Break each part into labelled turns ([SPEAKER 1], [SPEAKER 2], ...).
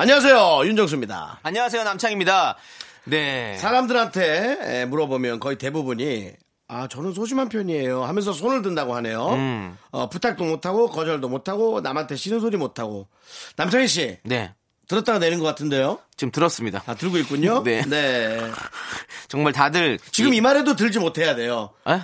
[SPEAKER 1] 안녕하세요. 윤정수입니다.
[SPEAKER 2] 안녕하세요 남창입니다. 네.
[SPEAKER 1] 사람들한테 에, 물어보면 거의 대부분이 아, 저는 소심한 편이에요 하면서 손을 든다고 하네요. 어, 부탁도 못하고, 거절도 못하고, 남한테 싫은 소리 못하고. 남창희 씨,
[SPEAKER 2] 네.
[SPEAKER 1] 들었다가 내는 것 같은데요?
[SPEAKER 2] 지금 들었습니다.
[SPEAKER 1] 아, 들고 있군요?
[SPEAKER 2] 네. 정말 다들
[SPEAKER 1] 지금 이 말에도 들지 못해야 돼요.
[SPEAKER 2] 에?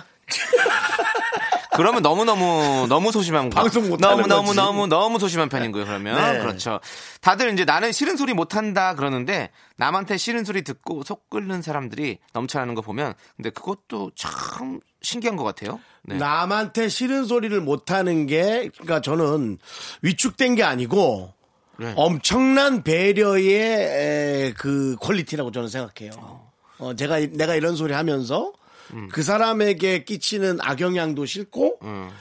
[SPEAKER 2] 그러면 너무 너무 너무 소심한 거.
[SPEAKER 1] 방송 못
[SPEAKER 2] 너무
[SPEAKER 1] 하는
[SPEAKER 2] 너무
[SPEAKER 1] 거지.
[SPEAKER 2] 너무 너무 소심한 편인 거예요. 그러면
[SPEAKER 1] 네.
[SPEAKER 2] 그렇죠. 다들 이제 나는 싫은 소리 못 한다 그러는데 남한테 싫은 소리 듣고 속 끓는 사람들이 넘쳐나는 거 보면 근데 그것도 참 신기한 것 같아요. 네.
[SPEAKER 1] 남한테 싫은 소리를 못하는 게, 그러니까 저는 위축된 게 아니고,
[SPEAKER 2] 네.
[SPEAKER 1] 엄청난 배려의 에, 그 퀄리티라고 저는 생각해요. 어, 제가, 이- 내가 이런 소리 하면서
[SPEAKER 2] 음.
[SPEAKER 1] 그 사람에게 끼치는 악영향도 싫고,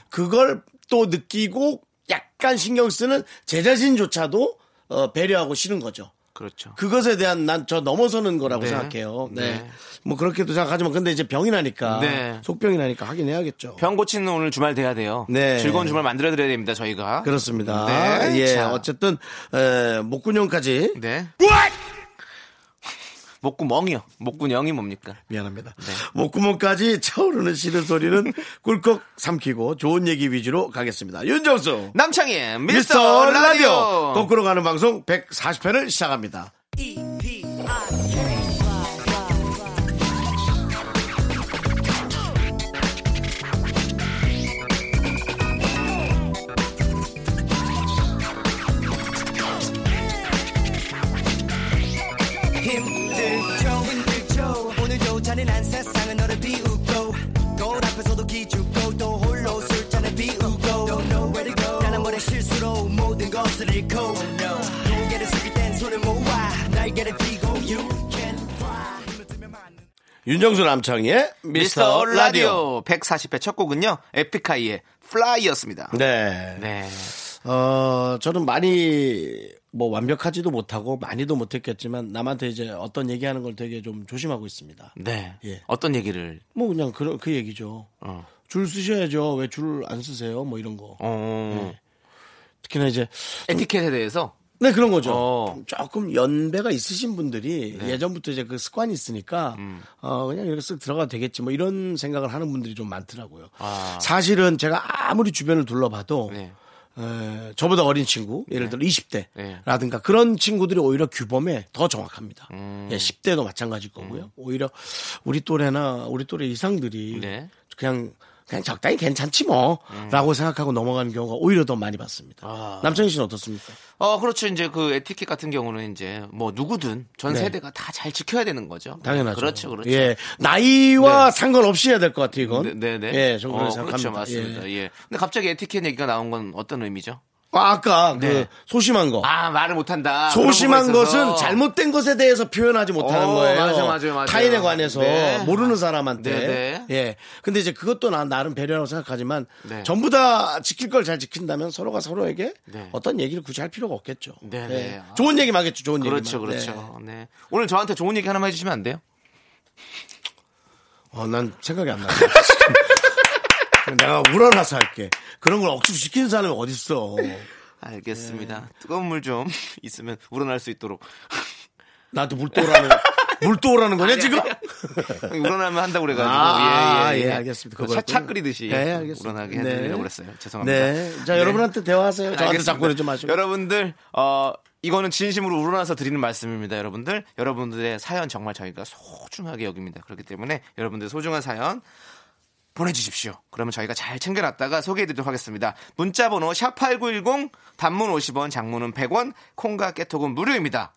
[SPEAKER 1] 그걸 또 느끼고 약간 신경 쓰는 제 자신조차도 어, 배려하고 싫은 거죠.
[SPEAKER 2] 그렇죠.
[SPEAKER 1] 그것에 대한 난 저 넘어서는 거라고
[SPEAKER 2] 네.
[SPEAKER 1] 생각해요. 네.
[SPEAKER 2] 네.
[SPEAKER 1] 뭐 그렇게도 생각하지만 근데 이제 병이 나니까
[SPEAKER 2] 네.
[SPEAKER 1] 속병이 나니까 하긴 해야겠죠.
[SPEAKER 2] 병 고치는 오늘 주말 돼야 돼요.
[SPEAKER 1] 네.
[SPEAKER 2] 즐거운 주말 만들어 드려야 됩니다. 저희가.
[SPEAKER 1] 그렇습니다.
[SPEAKER 2] 네.
[SPEAKER 1] 예,
[SPEAKER 2] 자.
[SPEAKER 1] 어쨌든 에, 목구녕까지
[SPEAKER 2] 네. 목구멍이요. 목구멍이 뭡니까?
[SPEAKER 1] 미안합니다.
[SPEAKER 2] 네.
[SPEAKER 1] 목구멍까지 차오르는 싫은 소리는 꿀꺽 삼키고 좋은 얘기 위주로 가겠습니다. 윤정수
[SPEAKER 2] 남창희
[SPEAKER 1] 미스터 라디오
[SPEAKER 2] 또
[SPEAKER 1] 거꾸로 가는 방송 140회를 시작합니다.
[SPEAKER 3] 힘들죠 힘들죠 오늘도 잔인한 세상은 너를 비웃고 거울 앞에서도 기죽고 또 홀로 술잔을 비우고 Don't know where to go 단 한 번의 실수로 모든 것을 잃고 Oh, 고개를 숙일 땐 손을 모아 날개를 펴고 You can fly 힘을 들면 많은
[SPEAKER 1] 윤정수 남창희의
[SPEAKER 2] 미스터 라디오 140회 첫 곡은요. 에픽하이의 플라이였습니다.
[SPEAKER 1] 네.
[SPEAKER 2] 네.
[SPEAKER 1] 어, 저는 많이 뭐 완벽하지도 못하고 많이도 못했겠지만 남한테 이제 어떤 얘기하는 걸 되게 좀 조심하고 있습니다.
[SPEAKER 2] 네.
[SPEAKER 1] 예.
[SPEAKER 2] 어떤 얘기를
[SPEAKER 1] 뭐 그냥 그, 그 얘기죠.
[SPEAKER 2] 어.
[SPEAKER 1] 줄 쓰셔야죠. 왜 줄 안 쓰세요? 뭐 이런 거.
[SPEAKER 2] 어.
[SPEAKER 1] 예. 특히나 이제
[SPEAKER 2] 에티켓에 대해서
[SPEAKER 1] 네 그런 거죠.
[SPEAKER 2] 어. 네.
[SPEAKER 1] 조금 연배가 있으신 분들이 예전부터 이제 그 습관이 있으니까
[SPEAKER 2] 음.
[SPEAKER 1] 어, 그냥 이렇게 쓱 들어가도 되겠지 뭐 이런 생각을 하는 분들이 좀 많더라고요.
[SPEAKER 2] 아.
[SPEAKER 1] 사실은 제가 아무리 주변을 둘러봐도
[SPEAKER 2] 네.
[SPEAKER 1] 에, 저보다 어린 친구, 예를 들어
[SPEAKER 2] 네.
[SPEAKER 1] 20대라든가 그런 친구들이 오히려 규범에 더 정확합니다.
[SPEAKER 2] 음.
[SPEAKER 1] 예, 10대도 마찬가지일 거고요. 오히려 우리 또래나 우리 또래 이상들이
[SPEAKER 2] 네. 음.
[SPEAKER 1] 그냥 그냥 적당히 괜찮지 뭐라고 생각하고 넘어가는 경우가 오히려 더 많이 봤습니다.
[SPEAKER 2] 아.
[SPEAKER 1] 남창희 씨는 어떻습니까?
[SPEAKER 2] 어, 그렇죠. 이제 그 에티켓 같은 경우는 이제 뭐 누구든 전
[SPEAKER 1] 네.
[SPEAKER 2] 세대가 다 잘 지켜야 되는 거죠.
[SPEAKER 1] 당연하죠.
[SPEAKER 2] 그렇죠. 그렇죠.
[SPEAKER 1] 예. 나이와 상관없이 해야 될 것 같아요, 이건.
[SPEAKER 2] 네, 네.
[SPEAKER 1] 예, 저는 그렇게
[SPEAKER 2] 어,
[SPEAKER 1] 생각합니다.
[SPEAKER 2] 그렇죠. 맞습니다.
[SPEAKER 1] 예.
[SPEAKER 2] 예. 근데 갑자기 에티켓 얘기가 나온 건 어떤 의미죠?
[SPEAKER 1] 아, 아까
[SPEAKER 2] 네.
[SPEAKER 1] 그 소심한 거.
[SPEAKER 2] 아, 말을 못 한다.
[SPEAKER 1] 소심한
[SPEAKER 2] 그런 부분에 있어서.
[SPEAKER 1] 것은 잘못된 것에 대해서 표현하지 못하는
[SPEAKER 2] 어,
[SPEAKER 1] 거예요.
[SPEAKER 2] 맞아요, 맞아요, 맞아요.
[SPEAKER 1] 타인에 관해서
[SPEAKER 2] 네.
[SPEAKER 1] 모르는 사람한테.
[SPEAKER 2] 네, 네.
[SPEAKER 1] 예. 근데 이제 그것도 나 나름 배려라고 생각하지만
[SPEAKER 2] 네.
[SPEAKER 1] 전부 다 지킬 걸 잘 지킨다면 서로가 서로에게
[SPEAKER 2] 네.
[SPEAKER 1] 어떤 얘기를 굳이 할 필요가 없겠죠.
[SPEAKER 2] 네,
[SPEAKER 1] 예.
[SPEAKER 2] 네.
[SPEAKER 1] 좋은 얘기만 하겠죠. 좋은
[SPEAKER 2] 그렇죠.
[SPEAKER 1] 얘기만. 네.
[SPEAKER 2] 그렇죠. 네. 오늘 저한테 좋은 얘기 하나만 해 주시면 안 돼요?
[SPEAKER 1] 어, 난 생각이 안 나. 내가 우러나서 할게. 그런 걸 억지로 시키는 사람이 어딨어.
[SPEAKER 2] 알겠습니다.
[SPEAKER 1] 네.
[SPEAKER 2] 뜨거운 물 좀 있으면 우러날 수 있도록
[SPEAKER 1] 나한테 물도라는, 물도라는 거냐, 지금?
[SPEAKER 2] 우러나면 한다고 그래가지고
[SPEAKER 1] 아,
[SPEAKER 2] 예, 예,
[SPEAKER 1] 예, 알겠습니다.
[SPEAKER 2] 그
[SPEAKER 1] 그거였군요.
[SPEAKER 2] 차차 끓이듯이
[SPEAKER 1] 네, 알겠습니다.
[SPEAKER 2] 우러나게
[SPEAKER 1] 네.
[SPEAKER 2] 해드리려고 그랬어요. 죄송합니다.
[SPEAKER 1] 네. 자, 여러분한테 대화하세요. 네, 저한테 자꾸 그러지 마시고.
[SPEAKER 2] 여러분들 어 이거는 진심으로 우러나서 드리는 말씀입니다. 여러분들 여러분들의 사연 정말 저희가 소중하게 여깁니다. 그렇기 때문에 여러분들 소중한 사연 보내주십시오. 그러면 저희가 잘 챙겨놨다가 소개해드리도록 하겠습니다. 문자번호 샵8910 단문 50원 장문은 100원 콩과 깨톡은 무료입니다.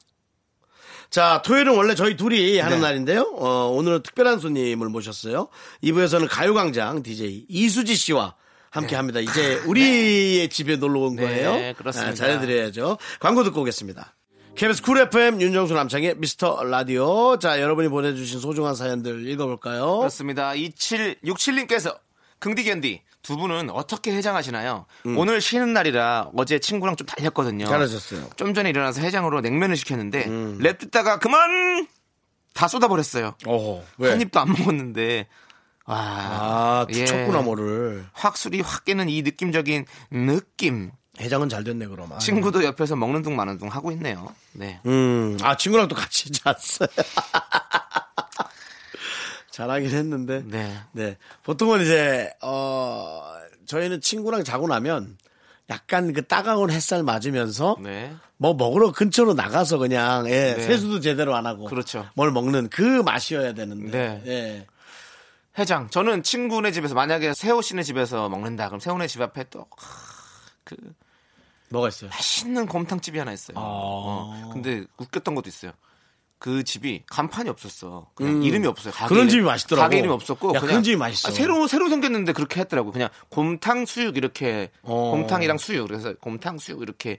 [SPEAKER 1] 자, 토요일은 원래 저희 둘이 하는
[SPEAKER 2] 네.
[SPEAKER 1] 날인데요. 어, 오늘은 특별한 손님을 모셨어요. 2부에서는 가요광장 DJ 이수지 씨와 함께 합니다. 이제 우리의 집에 놀러 온
[SPEAKER 2] 아, 네,
[SPEAKER 1] 거예요. 아,
[SPEAKER 2] 그렇습니다.
[SPEAKER 1] 잘해드려야죠. 광고 듣고 오겠습니다. KBS 쿨 FM 윤정수 남창의 미스터 라디오. 자, 여러분이 보내주신 소중한 사연들 읽어볼까요?
[SPEAKER 2] 그렇습니다. 2767님께서 긍디견디 두 분은 어떻게 해장하시나요? 오늘 쉬는 날이라 어제 친구랑 좀 달렸거든요.
[SPEAKER 1] 음. 잘하셨어요.
[SPEAKER 2] 좀 전에 일어나서 해장으로 냉면을 시켰는데
[SPEAKER 1] 음.
[SPEAKER 2] 랩 듣다가 그만 다 쏟아버렸어요.
[SPEAKER 1] 어,
[SPEAKER 2] 한 입도 안 먹었는데 와,
[SPEAKER 1] 아, 투척구나,
[SPEAKER 2] 예.
[SPEAKER 1] 뭐를.
[SPEAKER 2] 확술이 확 깨는 이 느낌적인 느낌.
[SPEAKER 1] 해장은 잘 됐네, 그럼. 아.
[SPEAKER 2] 친구도 옆에서 먹는 둥 마는 둥 하고 있네요. 네.
[SPEAKER 1] 음, 아, 친구랑 또 같이 잤어요. 잘하긴 했는데.
[SPEAKER 2] 네.
[SPEAKER 1] 네. 보통은 이제, 어, 저희는 친구랑 자고 나면 약간 그 따가운 햇살 맞으면서
[SPEAKER 2] 네.
[SPEAKER 1] 뭐 먹으러 근처로 나가서 그냥, 예,
[SPEAKER 2] 네.
[SPEAKER 1] 세수도 제대로 안 하고.
[SPEAKER 2] 그렇죠.
[SPEAKER 1] 뭘 먹는 그 맛이어야 되는데.
[SPEAKER 2] 네.
[SPEAKER 1] 예.
[SPEAKER 2] 해장. 저는 친구네 집에서 만약에 세호 씨네 집에서 먹는다. 그럼 세호네 집 앞에 또
[SPEAKER 1] 뭐가 있어요?
[SPEAKER 2] 맛있는 곰탕집이 하나 있어요.
[SPEAKER 1] 아.
[SPEAKER 2] 어, 근데 웃겼던 것도 있어요. 그 집이 간판이 없었어. 그냥 이름이 없어요. 가게
[SPEAKER 1] 음. 그런
[SPEAKER 2] 이름-
[SPEAKER 1] 집이 맛있더라고.
[SPEAKER 2] 가게 이름이 없었고
[SPEAKER 1] 야, 그런 집이 맛있어.
[SPEAKER 2] 아, 새로 새로 생겼는데 그렇게 했더라고. 그냥 곰탕 수육 이렇게
[SPEAKER 1] 어.
[SPEAKER 2] 곰탕이랑 수육 그래서 곰탕 수육 이렇게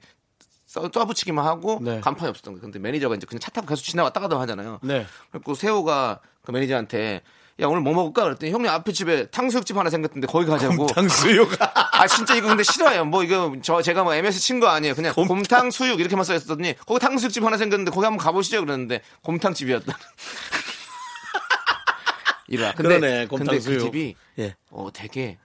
[SPEAKER 2] 써, 써붙이기만 하고
[SPEAKER 1] 네.
[SPEAKER 2] 간판이 없었던 거. 근데 매니저가 이제 그냥 차 타고 계속 지나왔다 가다 하잖아요.
[SPEAKER 1] 네.
[SPEAKER 2] 그리고 세호가 그 매니저한테 야 오늘 뭐 먹을까 그랬더니 형님 앞에 집에 탕수육집 하나 생겼던데 거기 가자고.
[SPEAKER 1] 어. 탕수육.
[SPEAKER 2] 아 진짜 이거 근데 싫어요. 뭐 이거 저 제가 뭐 MS 친 거 아니에요. 그냥 곰탕, 수육 이렇게만 써 있었더니 거기 탕수육집 하나 생겼는데 거기 한번 가보시죠 그랬는데 곰탕집이었다. 이라. 근데
[SPEAKER 1] 그러네, 곰탕
[SPEAKER 2] 근데
[SPEAKER 1] 수육.
[SPEAKER 2] 그 집이
[SPEAKER 1] 예.
[SPEAKER 2] 어 되게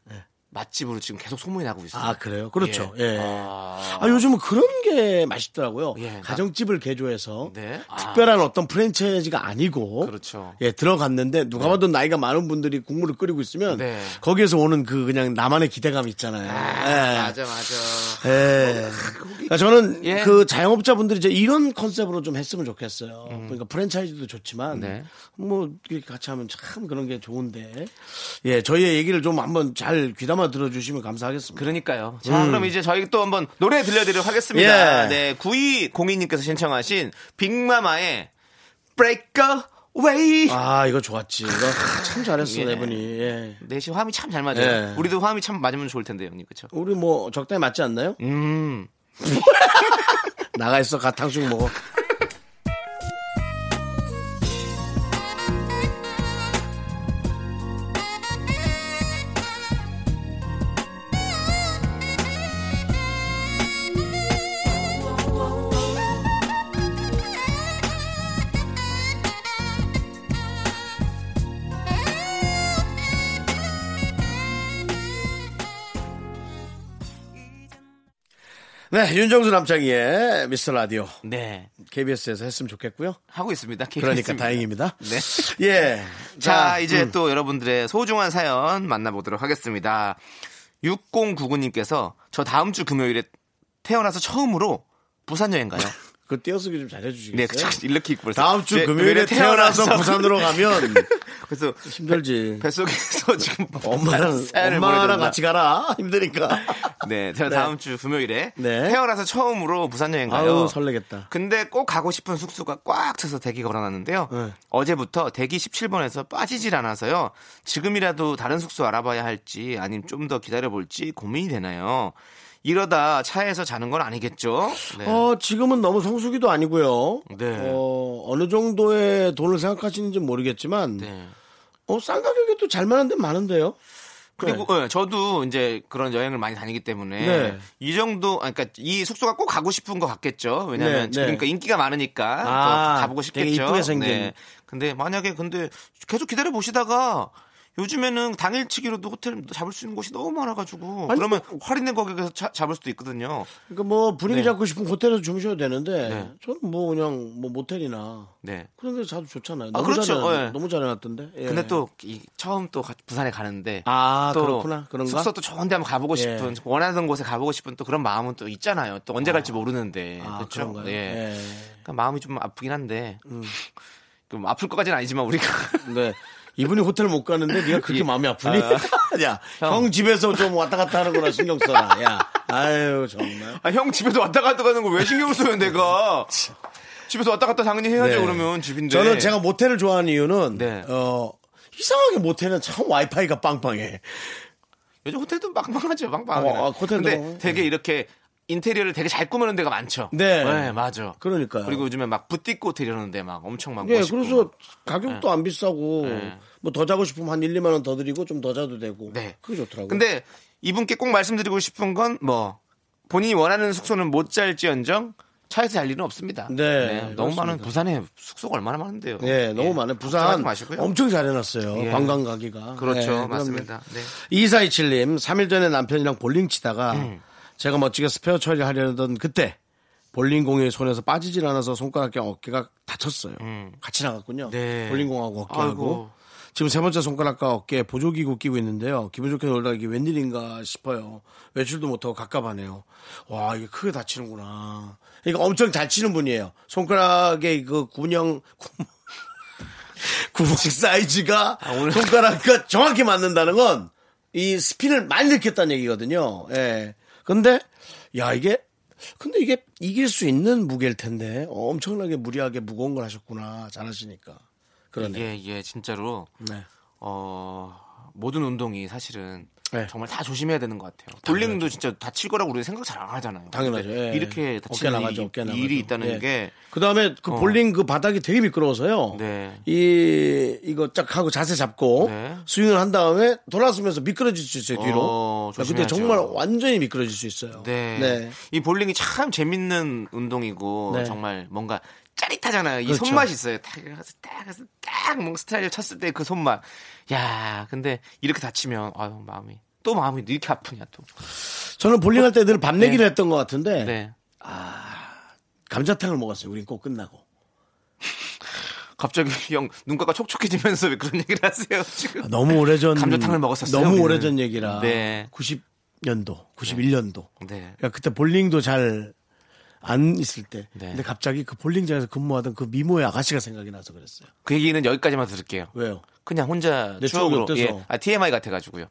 [SPEAKER 2] 맛집으로 지금 계속 소문이 나고 있어요.
[SPEAKER 1] 아, 그래요? 그렇죠. 예.
[SPEAKER 2] 아,
[SPEAKER 1] 아, 요즘은 그런 게 맛있더라고요.
[SPEAKER 2] 예, 나-
[SPEAKER 1] 가정집을 개조해서
[SPEAKER 2] 네. 아.
[SPEAKER 1] 특별한 어떤 프랜차이즈가 아니고
[SPEAKER 2] 그렇죠.
[SPEAKER 1] 예, 들어갔는데 누가 봐도 나이가 많은 분들이 국물을 끓이고 있으면
[SPEAKER 2] 네.
[SPEAKER 1] 거기에서 오는 그 그냥 나만의 기대감 있잖아요. 예.
[SPEAKER 2] 맞아 맞아.
[SPEAKER 1] 예. 그러니까 저는
[SPEAKER 2] 예.
[SPEAKER 1] 그 자영업자분들이 이제 이런 컨셉으로 좀 했으면 좋겠어요. 그러니까 프랜차이즈도 좋지만
[SPEAKER 2] 음. 네.
[SPEAKER 1] 뭐 이렇게 같이 하면 참 그런 게 좋은데 예 저희의 얘기를 좀 한번 잘 귀담아 들어주시면 감사하겠습니다.
[SPEAKER 2] 그러니까요. 자, 그럼 이제 저희 또 한번 노래 들려드리도록 하겠습니다.
[SPEAKER 1] 음. 예.
[SPEAKER 2] 네, 9202님께서 신청하신 빅마마의 Break Away.
[SPEAKER 1] 아 이거 좋았지. 이거 참 잘했어
[SPEAKER 2] 예.
[SPEAKER 1] 네 분이. 예.
[SPEAKER 2] 넷이 화음이 참 잘 맞아요.
[SPEAKER 1] 예.
[SPEAKER 2] 우리도 화음이 참 맞으면 좋을 텐데, 형님. 그쵸?
[SPEAKER 1] 우리 뭐 적당히 맞지 않나요?
[SPEAKER 2] 음.
[SPEAKER 1] 나가 있어 가 탕수육 먹어. 네 윤정수 남창희의 미스터 라디오
[SPEAKER 2] 네.
[SPEAKER 1] KBS에서 했으면 좋겠고요.
[SPEAKER 2] 하고 있습니다. 기획
[SPEAKER 1] 그러니까
[SPEAKER 2] 있습니다.
[SPEAKER 1] 다행입니다.
[SPEAKER 2] 네.
[SPEAKER 1] 예.
[SPEAKER 2] 자,
[SPEAKER 1] 음.
[SPEAKER 2] 이제 또 여러분들의 소중한 사연 만나보도록 하겠습니다. 6099님께서 저 다음 주 금요일에 태어나서 처음으로 부산 여행 가요.
[SPEAKER 1] 그 띄어쓰기 좀
[SPEAKER 2] 네,
[SPEAKER 1] 잘해주시겠어요?
[SPEAKER 2] 그쵸. 이렇게 입고 벌써.
[SPEAKER 1] 다음 주
[SPEAKER 2] 네,
[SPEAKER 1] 금요일에 태어나서 부산으로 가면
[SPEAKER 2] 그래서
[SPEAKER 1] 힘들지.
[SPEAKER 2] 뱃속에서 지금
[SPEAKER 1] 엄마랑
[SPEAKER 2] 사연을
[SPEAKER 1] 엄마랑
[SPEAKER 2] 보내줬나?
[SPEAKER 1] 같이 가라 힘드니까.
[SPEAKER 2] 네, 제가
[SPEAKER 1] 네.
[SPEAKER 2] 다음 주 금요일에
[SPEAKER 1] 네.
[SPEAKER 2] 태어나서 처음으로 부산 여행 가요.
[SPEAKER 1] 아유 설레겠다.
[SPEAKER 2] 근데 꼭 가고 싶은 숙소가 꽉 차서 대기 걸어놨는데요.
[SPEAKER 1] 네.
[SPEAKER 2] 어제부터 대기 17번에서 빠지질 않아서요. 지금이라도 다른 숙소 알아봐야 할지 아니면 좀 더 기다려볼지 고민이 되나요. 이러다 차에서 자는 건 아니겠죠? 네.
[SPEAKER 1] 어 지금은 너무 성수기도 아니고요.
[SPEAKER 2] 네.
[SPEAKER 1] 어 어느 정도의 돈을 생각하시는지 모르겠지만
[SPEAKER 2] 네.
[SPEAKER 1] 어싼 가격에 또 잘만한 데 많은데요.
[SPEAKER 2] 그리고 예, 저도 이제 그런 여행을 많이 다니기 때문에
[SPEAKER 1] 네.
[SPEAKER 2] 이 정도 아 그러니까 이 숙소가 꼭 가고 싶은 것 같겠죠.
[SPEAKER 1] 네,
[SPEAKER 2] 왜냐면
[SPEAKER 1] 네.
[SPEAKER 2] 그러니까 인기가 많으니까
[SPEAKER 1] 아,
[SPEAKER 2] 더 가보고 싶겠죠. 네.
[SPEAKER 1] 되게 이쁘게 생긴.
[SPEAKER 2] 근데 만약에 근데 계속 기다려 보시다가 요즘에는 당일치기로도 호텔 잡을 수 있는 곳이 너무 많아가지고
[SPEAKER 1] 아니, 뭐.
[SPEAKER 2] 그러면 할인된 가격에서 차- 잡을 수도 있거든요.
[SPEAKER 1] 그러니까 뭐 분위기
[SPEAKER 2] 네.
[SPEAKER 1] 잡고 싶은 호텔에서 주무셔도 되는데
[SPEAKER 2] 네.
[SPEAKER 1] 저는 뭐 그냥 뭐 모텔이나
[SPEAKER 2] 네.
[SPEAKER 1] 그런 데 자도 좋잖아요.
[SPEAKER 2] 아,
[SPEAKER 1] 너무
[SPEAKER 2] 그렇죠.
[SPEAKER 1] 잘해,
[SPEAKER 2] 예.
[SPEAKER 1] 너무 잘해놨던데. 예.
[SPEAKER 2] 근데 또 이- 처음 또 가- 부산에 가는데
[SPEAKER 1] 아,
[SPEAKER 2] 또
[SPEAKER 1] 그렇구나. 그런가?
[SPEAKER 2] 숙소 또 좋은데 한번 가보고
[SPEAKER 1] 예.
[SPEAKER 2] 싶은 원하는 곳에 가보고 싶은 또 그런 마음은 또 있잖아요. 또 언제 갈지 모르는데
[SPEAKER 1] 아,
[SPEAKER 2] 그렇죠.
[SPEAKER 1] 그런가요?
[SPEAKER 2] 예.
[SPEAKER 1] 예. 음.
[SPEAKER 2] 그러니까 마음이 좀 아프긴 한데 좀 아플 것까지는 아니지만 우리가
[SPEAKER 1] 네. 이분이 호텔 못 가는데 네가 그렇게
[SPEAKER 2] 예.
[SPEAKER 1] 마음이 아프니? 야, 형.
[SPEAKER 2] 형
[SPEAKER 1] 집에서 좀 왔다 갔다 하는 거나 신경 써라. 야, 아유 정말.
[SPEAKER 2] 아, 형 집에서 왔다 갔다 가는 거 왜 신경을 써요 내가 집에서 왔다 갔다 당연히 해야죠
[SPEAKER 1] 네.
[SPEAKER 2] 그러면 집인데
[SPEAKER 1] 저는 제가 모텔을 좋아하는 이유는
[SPEAKER 2] 네.
[SPEAKER 1] 어 이상하게 모텔은 참 와이파이가 빵빵해.
[SPEAKER 2] 요즘 호텔도 막막하죠 막막하네
[SPEAKER 1] 어, 어, 호텔도
[SPEAKER 2] 근데
[SPEAKER 1] 뭐.
[SPEAKER 2] 되게 이렇게 인테리어를 되게 잘 꾸미는 데가 많죠.
[SPEAKER 1] 네.
[SPEAKER 2] 맞아.
[SPEAKER 1] 그러니까요.
[SPEAKER 2] 그리고 요즘에 막 붓띠고 데려는데 막 엄청 막
[SPEAKER 1] 예,
[SPEAKER 2] 아, 멋있고. 네.
[SPEAKER 1] 그래서 가격도 안 비싸고 뭐 더 자고 싶으면 한 1, 2만 원 더 드리고 좀 더 자도 되고.
[SPEAKER 2] 네.
[SPEAKER 1] 그게 좋더라고요.
[SPEAKER 2] 근데 이분께 꼭 말씀드리고 싶은 건 뭐 본인이 원하는 숙소는 못 잘지언정 차에서 잘 일은 없습니다.
[SPEAKER 1] 네,
[SPEAKER 2] 너무
[SPEAKER 1] 그렇습니다.
[SPEAKER 2] 많은 부산에 숙소가 얼마나 많은데요.
[SPEAKER 1] 예, 너무 많은
[SPEAKER 2] 걱정하지
[SPEAKER 1] 부산
[SPEAKER 2] 마시고요.
[SPEAKER 1] 엄청 잘 해놨어요.
[SPEAKER 2] 예.
[SPEAKER 1] 관광 가기가.
[SPEAKER 2] 그렇죠.
[SPEAKER 1] 예,
[SPEAKER 2] 맞습니다. 네.
[SPEAKER 1] 2427님, 3일 전에 남편이랑 볼링 치다가
[SPEAKER 2] 음.
[SPEAKER 1] 제가 멋지게 스페어 처리하려던 그때 볼링 공이 손에서 빠지질 않아서 손가락과 어깨가 다쳤어요. 같이 나갔군요.
[SPEAKER 2] 음. 네.
[SPEAKER 1] 볼링 공하고 어깨하고.
[SPEAKER 2] 아이고.
[SPEAKER 1] 지금 세 번째 손가락과 어깨에 보조기구 끼고 있는데요. 기분 좋게 놀다가 이게 웬일인가 싶어요. 외출도 못하고 갑갑하네요. 와, 이게 크게 다치는구나. 그러니까 엄청 잘 치는 분이에요. 손가락의 그 군형, 구- 구멍 사이즈가
[SPEAKER 2] 아,
[SPEAKER 1] 손가락과 정확히 맞는다는 건 이 스피를 많이 느꼈다는 얘기거든요. 예. 근데, 야, 이게, 근데 이게 이길 수 있는 무게일 텐데 엄청나게 무리하게 무거운 걸 하셨구나. 잘하시니까. 그러네.
[SPEAKER 2] 이게 이게 예, 진짜로
[SPEAKER 1] 네.
[SPEAKER 2] 어 모든 운동이 사실은
[SPEAKER 1] 네.
[SPEAKER 2] 정말 다 조심해야 되는 것 같아요. 볼링도 진짜 다칠 거라고 우리 생각 잘 안 하잖아요.
[SPEAKER 1] 당연하죠.
[SPEAKER 2] 근데
[SPEAKER 1] 예.
[SPEAKER 2] 네, 이렇게
[SPEAKER 1] 어깨
[SPEAKER 2] 다치는
[SPEAKER 1] 나가죠.
[SPEAKER 2] 일이,
[SPEAKER 1] 어깨 나가죠. 예.
[SPEAKER 2] 일이 있다는 게
[SPEAKER 1] 그다음에 그
[SPEAKER 2] 어.
[SPEAKER 1] 볼링 그 바닥이 되게 미끄러워서요.
[SPEAKER 2] 네.
[SPEAKER 1] 이 이거 쫙 하고 자세 잡고
[SPEAKER 2] 네.
[SPEAKER 1] 스윙을 한 다음에 돌아서면서 미끄러질 수 있어요 뒤로.
[SPEAKER 2] 어,
[SPEAKER 1] 근데
[SPEAKER 2] 조심해야죠.
[SPEAKER 1] 정말 완전히 미끄러질 수 있어요.
[SPEAKER 2] 네. 이 볼링이 참 재밌는 운동이고
[SPEAKER 1] 네.
[SPEAKER 2] 정말 뭔가 짜릿하잖아요. 이
[SPEAKER 1] 그렇죠.
[SPEAKER 2] 손맛이 있어요. 딱 가서 딱 가서 딱뭔 스타일을 쳤을 때 그 손맛. 야, 근데 이렇게 다치면 아유 마음이 또 마음이 이렇게 아프냐 또.
[SPEAKER 1] 저는 볼링 할 때 늘 밤 내기를 했던 것 같은데
[SPEAKER 2] 네.
[SPEAKER 1] 감자탕을 먹었어요. 우린 꼭 끝나고.
[SPEAKER 2] 갑자기 형 눈가가 촉촉해지면서 왜 그런 얘기를 하세요 지금?
[SPEAKER 1] 아, 너무 오래전
[SPEAKER 2] 네. 감자탕을 먹었었어요,
[SPEAKER 1] 너무
[SPEAKER 2] 우리는.
[SPEAKER 1] 오래전 얘기라.
[SPEAKER 2] 네.
[SPEAKER 1] 90년도, 91년도.
[SPEAKER 2] 네.
[SPEAKER 1] 그러니까 그때 볼링도 잘 안 있을 때.
[SPEAKER 2] 네.
[SPEAKER 1] 근데 갑자기 그 볼링장에서 근무하던 그 미모의 아가씨가 생각이 나서 그랬어요.
[SPEAKER 2] 그 얘기는 여기까지만 들을게요.
[SPEAKER 1] 왜요?
[SPEAKER 2] 그냥 혼자
[SPEAKER 1] 내 추억이
[SPEAKER 2] 추억으로
[SPEAKER 1] 어때서?
[SPEAKER 2] 예. 아, TMI 같아가지고요.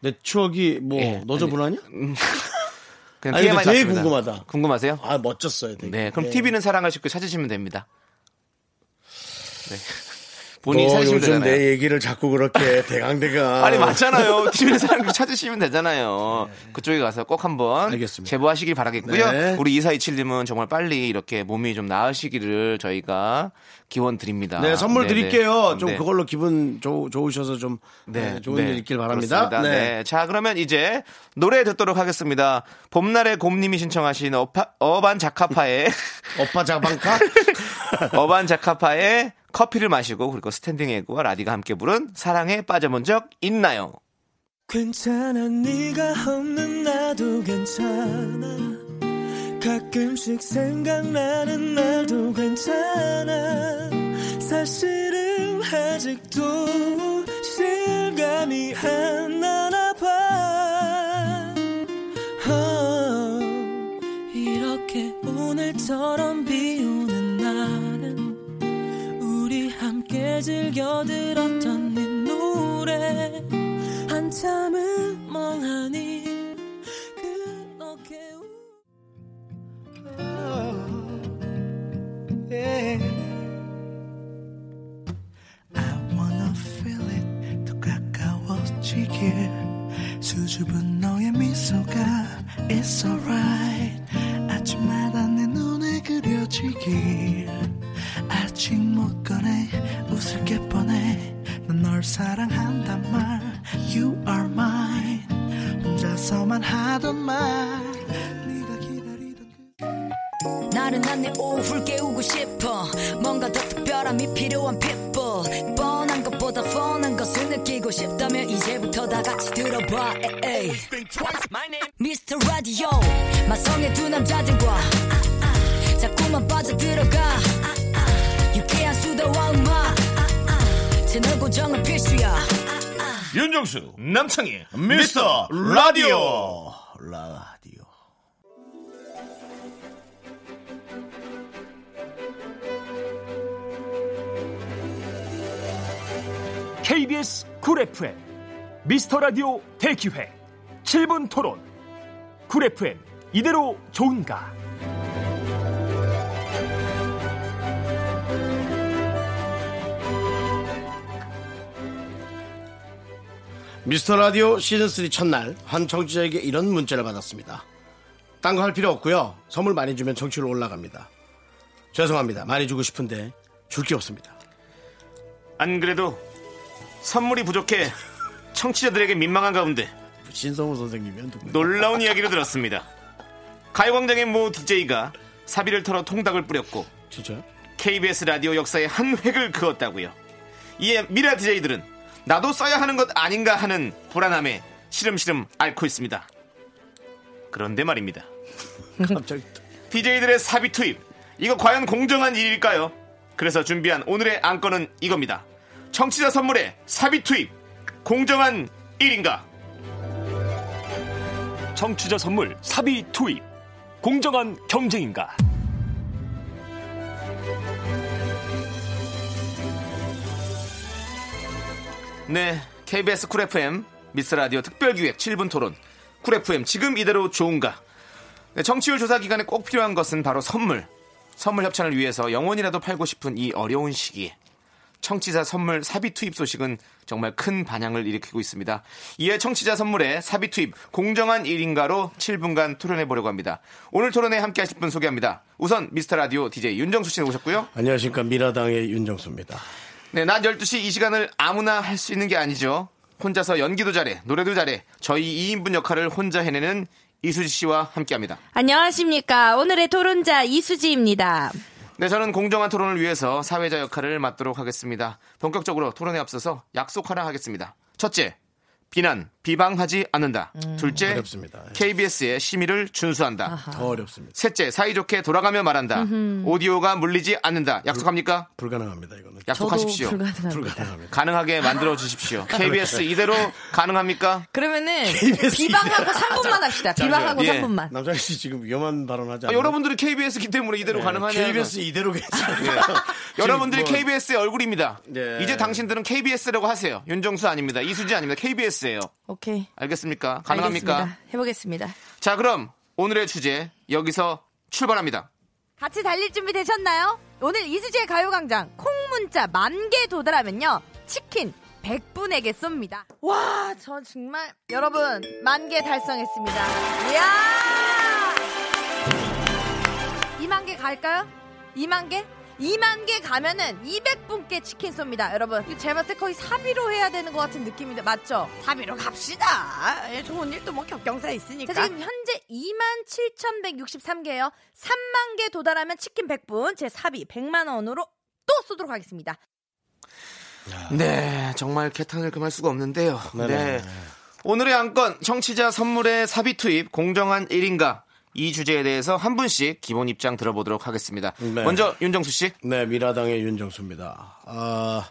[SPEAKER 1] 내 추억이 뭐
[SPEAKER 2] 예,
[SPEAKER 1] 너저분하냐?
[SPEAKER 2] 그냥
[SPEAKER 1] 아니, 근데 되게
[SPEAKER 2] 같습니다.
[SPEAKER 1] 궁금하다.
[SPEAKER 2] 궁금하세요?
[SPEAKER 1] 아 멋졌어요. 되게.
[SPEAKER 2] 네, 그럼
[SPEAKER 1] 예.
[SPEAKER 2] TV는 사랑하실 거 찾으시면 됩니다. 네. 본인이
[SPEAKER 1] 너
[SPEAKER 2] 찾으시면
[SPEAKER 1] 요즘
[SPEAKER 2] 되잖아요.
[SPEAKER 1] 내 얘기를 자꾸 그렇게 대강대강.
[SPEAKER 2] 아니 맞잖아요. TV는 사랑하실 거 찾으시면 되잖아요. 그쪽에 가서 꼭 한번
[SPEAKER 1] 알겠습니다.
[SPEAKER 2] 제보하시길 바라겠고요.
[SPEAKER 1] 네.
[SPEAKER 2] 우리 2427님은 정말 빨리 이렇게 몸이 좀 나으시기를 저희가 기원 드립니다.
[SPEAKER 1] 네 선물
[SPEAKER 2] 아, 네네.
[SPEAKER 1] 드릴게요. 좀
[SPEAKER 2] 네.
[SPEAKER 1] 그걸로 기분 좋, 좋으셔서 좀 네, 좋은 일 있길 바랍니다.
[SPEAKER 2] 그렇습니다. 네. 자, 그러면 이제 노래 듣도록 하겠습니다. 봄날의 곰님이 신청하신 어파, 어반 자카파의
[SPEAKER 1] 오빠 자방카
[SPEAKER 2] 어반 자카파의 커피를 마시고 그리고 스탠딩 에그와 라디가 함께 부른 사랑에 빠져본 적 있나요?
[SPEAKER 4] 괜찮아 네가 없는 나도 괜찮아 가끔씩 생각나는 날도 괜찮아 사실은 아직도 실감이 안 나나 봐 어, 이렇게 오늘처럼 비오는 날은 우리 함께 즐겨 들었던 네 노래 한참을 멍하니 그렇게 I wanna feel it 더 가까워지길 수줍은 너의 미소가 It's alright 아침마다 내 눈에 그려지길 아직 못 꺼내 웃을 게 뻔해 난 널 사랑한단 말 You are mine 혼자서만 하던 말 네가 기다리던 그
[SPEAKER 5] 나른한 내 오후를 깨우고 싶어 뭔가 더 특별함이 필요한 people 뻔한 것보다 뻔한 것을 느끼고 싶다면 이제부터 다 같이 들어봐 에이. Mr. Radio 마성의 두 남자들과 자꾸만 빠져들어가 유쾌한 수다와 음악 채널 고정은 필수야
[SPEAKER 6] 윤정수 남창희 미스터 라디오
[SPEAKER 1] 라디오.
[SPEAKER 7] KBS 쿨 FM 미스터 라디오 대기회 7분 토론 쿨 FM 이대로 좋은가?
[SPEAKER 1] 미스터 라디오 시즌 3 첫날 한 청취자에게 이런 문자를 받았습니다. 딴 거 할 필요 없고요. 선물 많이 주면 정치율 올라갑니다. 죄송합니다. 많이 주고 싶은데 줄 게 없습니다.
[SPEAKER 2] 안 그래도 선물이 부족해 청취자들에게 민망한 가운데
[SPEAKER 1] 신성우 선생님이 누구?
[SPEAKER 2] 놀라운 이야기를 들었습니다. 가요광장의 모 DJ가 사비를 털어 통닭을 뿌렸고
[SPEAKER 1] 진짜요?
[SPEAKER 2] KBS 라디오 역사의 한 획을 그었다고요. 이에 미라 DJ들은 나도 써야 하는 것 아닌가 하는 불안함에 시름시름 앓고 있습니다. 그런데 말입니다.
[SPEAKER 1] 갑자기 또.
[SPEAKER 2] DJ들의 사비 투입. 이거 과연 공정한 일일까요? 그래서 준비한 오늘의 안건은 이겁니다. 청취자 선물에 사비 투입. 공정한 일인가?
[SPEAKER 7] 청취자 선물 사비 투입 공정한 경쟁인가
[SPEAKER 2] 네, KBS 쿨 FM 미스 라디오 특별 기획 7분 토론 쿨 FM 지금 이대로 좋은가? 네, 정치율 조사 기간에 꼭 필요한 것은 바로 선물. 선물 협찬을 위해서 영원이라도 팔고 싶은 이 어려운 시기에 청취자 선물 사비 투입 소식은 정말 큰 반향을 일으키고 있습니다. 이에 청취자 선물의 사비 투입 공정한 일인가로 7분간 토론해 보려고 합니다. 오늘 토론에 함께 하실 분 소개합니다. 우선 미스터 라디오 DJ 윤정수 씨 오셨고요.
[SPEAKER 1] 안녕하십니까 미라당의 윤정수입니다.
[SPEAKER 2] 네, 낮 12시 이 시간을 아무나 할 수 있는 게 아니죠. 혼자서 연기도 잘해, 노래도 잘해. 저희 2인분 역할을 혼자 해내는 이수지 씨와 함께 합니다.
[SPEAKER 8] 안녕하십니까. 오늘의 토론자 이수지입니다.
[SPEAKER 2] 네, 저는 공정한 토론을 위해서 사회자 역할을 맡도록 하겠습니다. 본격적으로 토론에 앞서서 약속 하나 하겠습니다. 첫째, 비난, 비방하지 않는다.
[SPEAKER 8] 음.
[SPEAKER 2] 둘째,
[SPEAKER 1] 어렵습니다. 예.
[SPEAKER 2] KBS의 심의를 준수한다.
[SPEAKER 1] 더 어렵습니다.
[SPEAKER 2] 셋째, 사이좋게 돌아가며 말한다. 오디오가 물리지 않는다. 약속합니까?
[SPEAKER 1] 불가능합니다 이거는.
[SPEAKER 8] 저도
[SPEAKER 2] 약속하십시오.
[SPEAKER 8] 불가능합니다.
[SPEAKER 1] 불가능합니다.
[SPEAKER 2] 가능하게 만들어 주십시오. KBS 이대로 가능합니까?
[SPEAKER 8] 그러면은 비방하고
[SPEAKER 2] 네.
[SPEAKER 8] 3분만 합시다. 비방하고
[SPEAKER 2] 예.
[SPEAKER 8] 3분만.
[SPEAKER 1] 남자 씨 지금 위험한 발언하지
[SPEAKER 2] 아,
[SPEAKER 1] 않아요? 네, 예,
[SPEAKER 2] 여러분들이 KBS기 때문에 이대로 가능하냐?
[SPEAKER 1] KBS 이대로 괜찮아요.
[SPEAKER 2] 예. 여러분들이
[SPEAKER 1] 지금 뭐-
[SPEAKER 2] KBS의 얼굴입니다.
[SPEAKER 1] 네.
[SPEAKER 2] 이제 당신들은 KBS라고 하세요. 윤정수 아닙니다. 이수지 아닙니다. KBS예요.
[SPEAKER 8] 오케이.
[SPEAKER 2] 알겠습니까? 가능합니까?
[SPEAKER 8] 알겠습니다. 해보겠습니다.
[SPEAKER 2] 자, 그럼 오늘의 주제 여기서 출발합니다.
[SPEAKER 8] 같이 달릴 준비 되셨나요? 오늘 이수지의 가요광장 콩 문자 만 개 도달하면요 치킨 100분에게 쏩니다. 와, 저 정말 여러분 만 개 달성했습니다. 이야! 2만 개 갈까요? 2만 개? 2만 개 가면은 200분께 치킨 쏩니다. 여러분, 이거 제가 봤을 때 거의 사비로 해야 되는 것 같은 느낌인데 맞죠?
[SPEAKER 9] 사비로 갑시다. 예, 좋은 일도 뭐 격경사 있으니까.
[SPEAKER 8] 자, 지금 현재 27,163개예요. 3만 개 도달하면 치킨 100분, 제 사비 100만 원으로 또 쏘도록 하겠습니다.
[SPEAKER 2] 네, 정말 개탄을 금할 수가 없는데요. 네.
[SPEAKER 1] 네네.
[SPEAKER 2] 오늘의 안건 청취자 선물의 사비 투입 공정한 일인가? 이 주제에 대해서 한 분씩 기본 입장 들어보도록 하겠습니다.
[SPEAKER 1] 네.
[SPEAKER 2] 먼저 윤정수 씨.
[SPEAKER 1] 네, 미라당의 윤정수입니다. 아,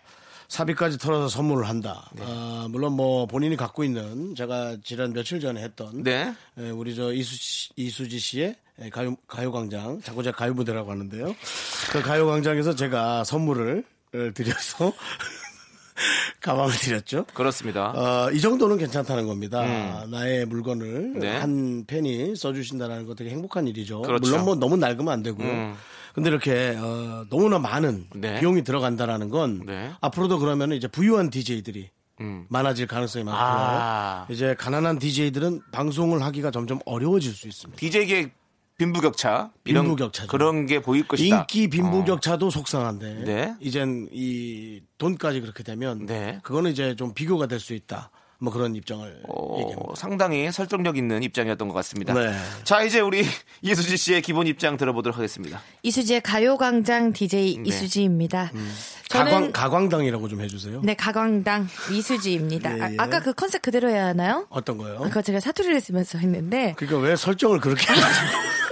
[SPEAKER 1] 사비까지 털어서 선물을 한다. 아, 물론 뭐 본인이 갖고 있는 제가 지난 며칠 전에 했던
[SPEAKER 2] 네.
[SPEAKER 1] 에, 우리 저 이수 씨, 이수지 씨의 에, 가요 가요광장 자꾸 제가 가요무대라고 하는데요. 그 가요광장에서 제가 선물을 을 드려서 가방을 드렸죠.
[SPEAKER 2] 그렇습니다.
[SPEAKER 1] 어, 이 정도는 괜찮다는 겁니다. 나의 물건을
[SPEAKER 2] 음. 네.
[SPEAKER 1] 한 팬이 써주신다는 것 되게 행복한 일이죠.
[SPEAKER 2] 그렇죠. 음.
[SPEAKER 1] 물론 뭐 너무 낡으면 안 되고요. 근데 이렇게 어, 너무나 많은
[SPEAKER 2] 네.
[SPEAKER 1] 비용이 들어간다라는 건
[SPEAKER 2] 네. 음.
[SPEAKER 1] 앞으로도 그러면 이제 부유한 DJ들이 많아질 가능성이 많고요.
[SPEAKER 2] 아.
[SPEAKER 1] 이제 가난한 DJ들은 방송을 하기가 점점 어려워질 수 있습니다.
[SPEAKER 2] DJ계 빈부격차 이런
[SPEAKER 1] 빈부격차죠.
[SPEAKER 2] 그런 게 보일 것이다. 어.
[SPEAKER 1] 인기 빈부격차도 속상한데
[SPEAKER 2] 네.
[SPEAKER 1] 이젠 이 돈까지 그렇게 되면
[SPEAKER 2] 네.
[SPEAKER 1] 그거는 이제 좀 비교가 될 수 있다. 뭐 그런 입장을
[SPEAKER 2] 어,
[SPEAKER 1] 얘기합니다.
[SPEAKER 2] 상당히 설득력 있는 입장이었던 것 같습니다.
[SPEAKER 1] 네.
[SPEAKER 2] 자 이제 우리 이수지 씨의 기본 입장 들어보도록 하겠습니다.
[SPEAKER 8] 이수지의 가요광장 DJ
[SPEAKER 2] 네.
[SPEAKER 8] 이수지입니다.
[SPEAKER 1] 가광 가광당이라고 좀 해주세요.
[SPEAKER 8] 네 가광당 이수지입니다.
[SPEAKER 2] 네.
[SPEAKER 1] 예, 예.
[SPEAKER 8] 아, 까그 컨셉 그대로 해야 하나요?
[SPEAKER 1] 어떤 거요?
[SPEAKER 8] 아까 제가 사투리를 쓰면서 했는데
[SPEAKER 1] 그러니까 왜 설정을 그렇게 하죠?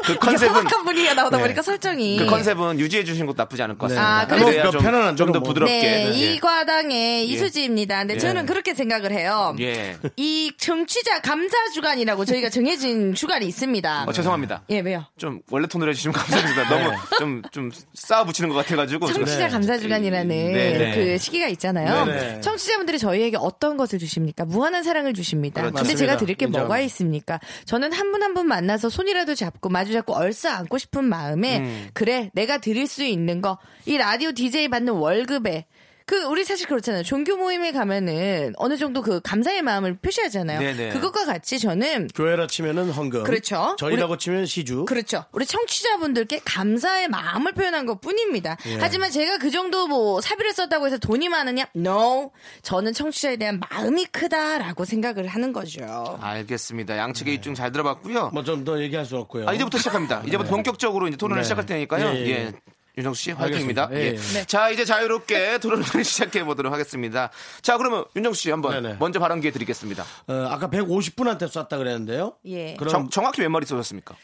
[SPEAKER 2] 그
[SPEAKER 8] 이게
[SPEAKER 2] 컨셉은
[SPEAKER 8] 험악한 분위기가 나오다
[SPEAKER 1] 네.
[SPEAKER 8] 보니까 설정이
[SPEAKER 2] 그 컨셉은 유지해 주시는 것도 나쁘지 않을 것 같습니다.
[SPEAKER 8] 아, 그래요?
[SPEAKER 2] 그래야
[SPEAKER 1] 뭐,
[SPEAKER 2] 좀-
[SPEAKER 1] 편안한
[SPEAKER 2] 좀더
[SPEAKER 1] 대로 뭐.
[SPEAKER 2] 부드럽게.
[SPEAKER 8] 네,
[SPEAKER 2] 예.
[SPEAKER 8] 이 과당의 이수지입니다. 근데 저는 그렇게 생각을 해요.
[SPEAKER 2] 예.
[SPEAKER 8] 이 정치자 감사 주간이라고 저희가 정해진 주간이 있습니다.
[SPEAKER 2] 어, 죄송합니다.
[SPEAKER 8] 예, 왜요?
[SPEAKER 2] 좀 원래 톤으로 해주시면
[SPEAKER 1] 네.
[SPEAKER 2] 감사합니다. 너무 좀 좀 쌓아 붙이는 것 같아가지고.
[SPEAKER 8] 청취자
[SPEAKER 2] 네.
[SPEAKER 8] 감사 주간이라는
[SPEAKER 2] 네, 네.
[SPEAKER 8] 그 시기가 있잖아요.
[SPEAKER 1] 네네.
[SPEAKER 8] 청취자분들이 저희에게 어떤 것을 주십니까? 무한한 사랑을 주십니다.
[SPEAKER 2] 그렇죠.
[SPEAKER 8] 근데
[SPEAKER 1] 맞습니다.
[SPEAKER 8] 제가 드릴 게 뭐가
[SPEAKER 1] 인정합니다.
[SPEAKER 8] 있습니까? 저는 한 분 한 분 만나서 손이라도 잡고 마주 잡고 얼싸
[SPEAKER 2] 음.
[SPEAKER 8] 안고 싶은 마음에 그래 내가 드릴 수 있는 거 이 라디오 DJ 받는 월급에 그 우리 사실 그렇잖아요. 종교 모임에 가면은 어느 정도 그 감사의 마음을 표시하잖아요.
[SPEAKER 2] 네네.
[SPEAKER 8] 그것과 같이 저는
[SPEAKER 1] 교회라 치면은 헌금.
[SPEAKER 8] 그렇죠.
[SPEAKER 1] 절이라고 치면 시주.
[SPEAKER 8] 그렇죠. 우리 청취자분들께 감사의 마음을 표현한 것 뿐입니다.
[SPEAKER 1] 예.
[SPEAKER 8] 하지만 제가 그 정도 뭐 사비를 썼다고 해서 돈이 많으냐? No. 저는 청취자에 대한 마음이 크다라고 생각을 하는 거죠.
[SPEAKER 2] 알겠습니다. 양측의 입증 잘 들어봤고요.
[SPEAKER 1] 뭐 좀 더 얘기할 수 없고요.
[SPEAKER 2] 아, 이제부터 시작합니다. 이제부터 본격적으로 이제 토론을
[SPEAKER 1] 네.
[SPEAKER 2] 시작할 테니까요.
[SPEAKER 1] 예,
[SPEAKER 2] 예.
[SPEAKER 1] 예, 예.
[SPEAKER 2] 윤정수 씨, 화이팅입니다.
[SPEAKER 1] 알겠습니다. 예,
[SPEAKER 2] 예.
[SPEAKER 1] 예.
[SPEAKER 2] 자, 이제 자유롭게 토론을 시작해 보도록 하겠습니다. 자, 그러면 윤정수 씨 한번
[SPEAKER 1] 네네.
[SPEAKER 2] 먼저 발언 기회 드리겠습니다.
[SPEAKER 1] 어, 아까 150분한테 쐈다 그랬는데요.
[SPEAKER 8] 예.
[SPEAKER 1] 그럼
[SPEAKER 2] 정, 정확히 몇 마리 쏘셨습니까?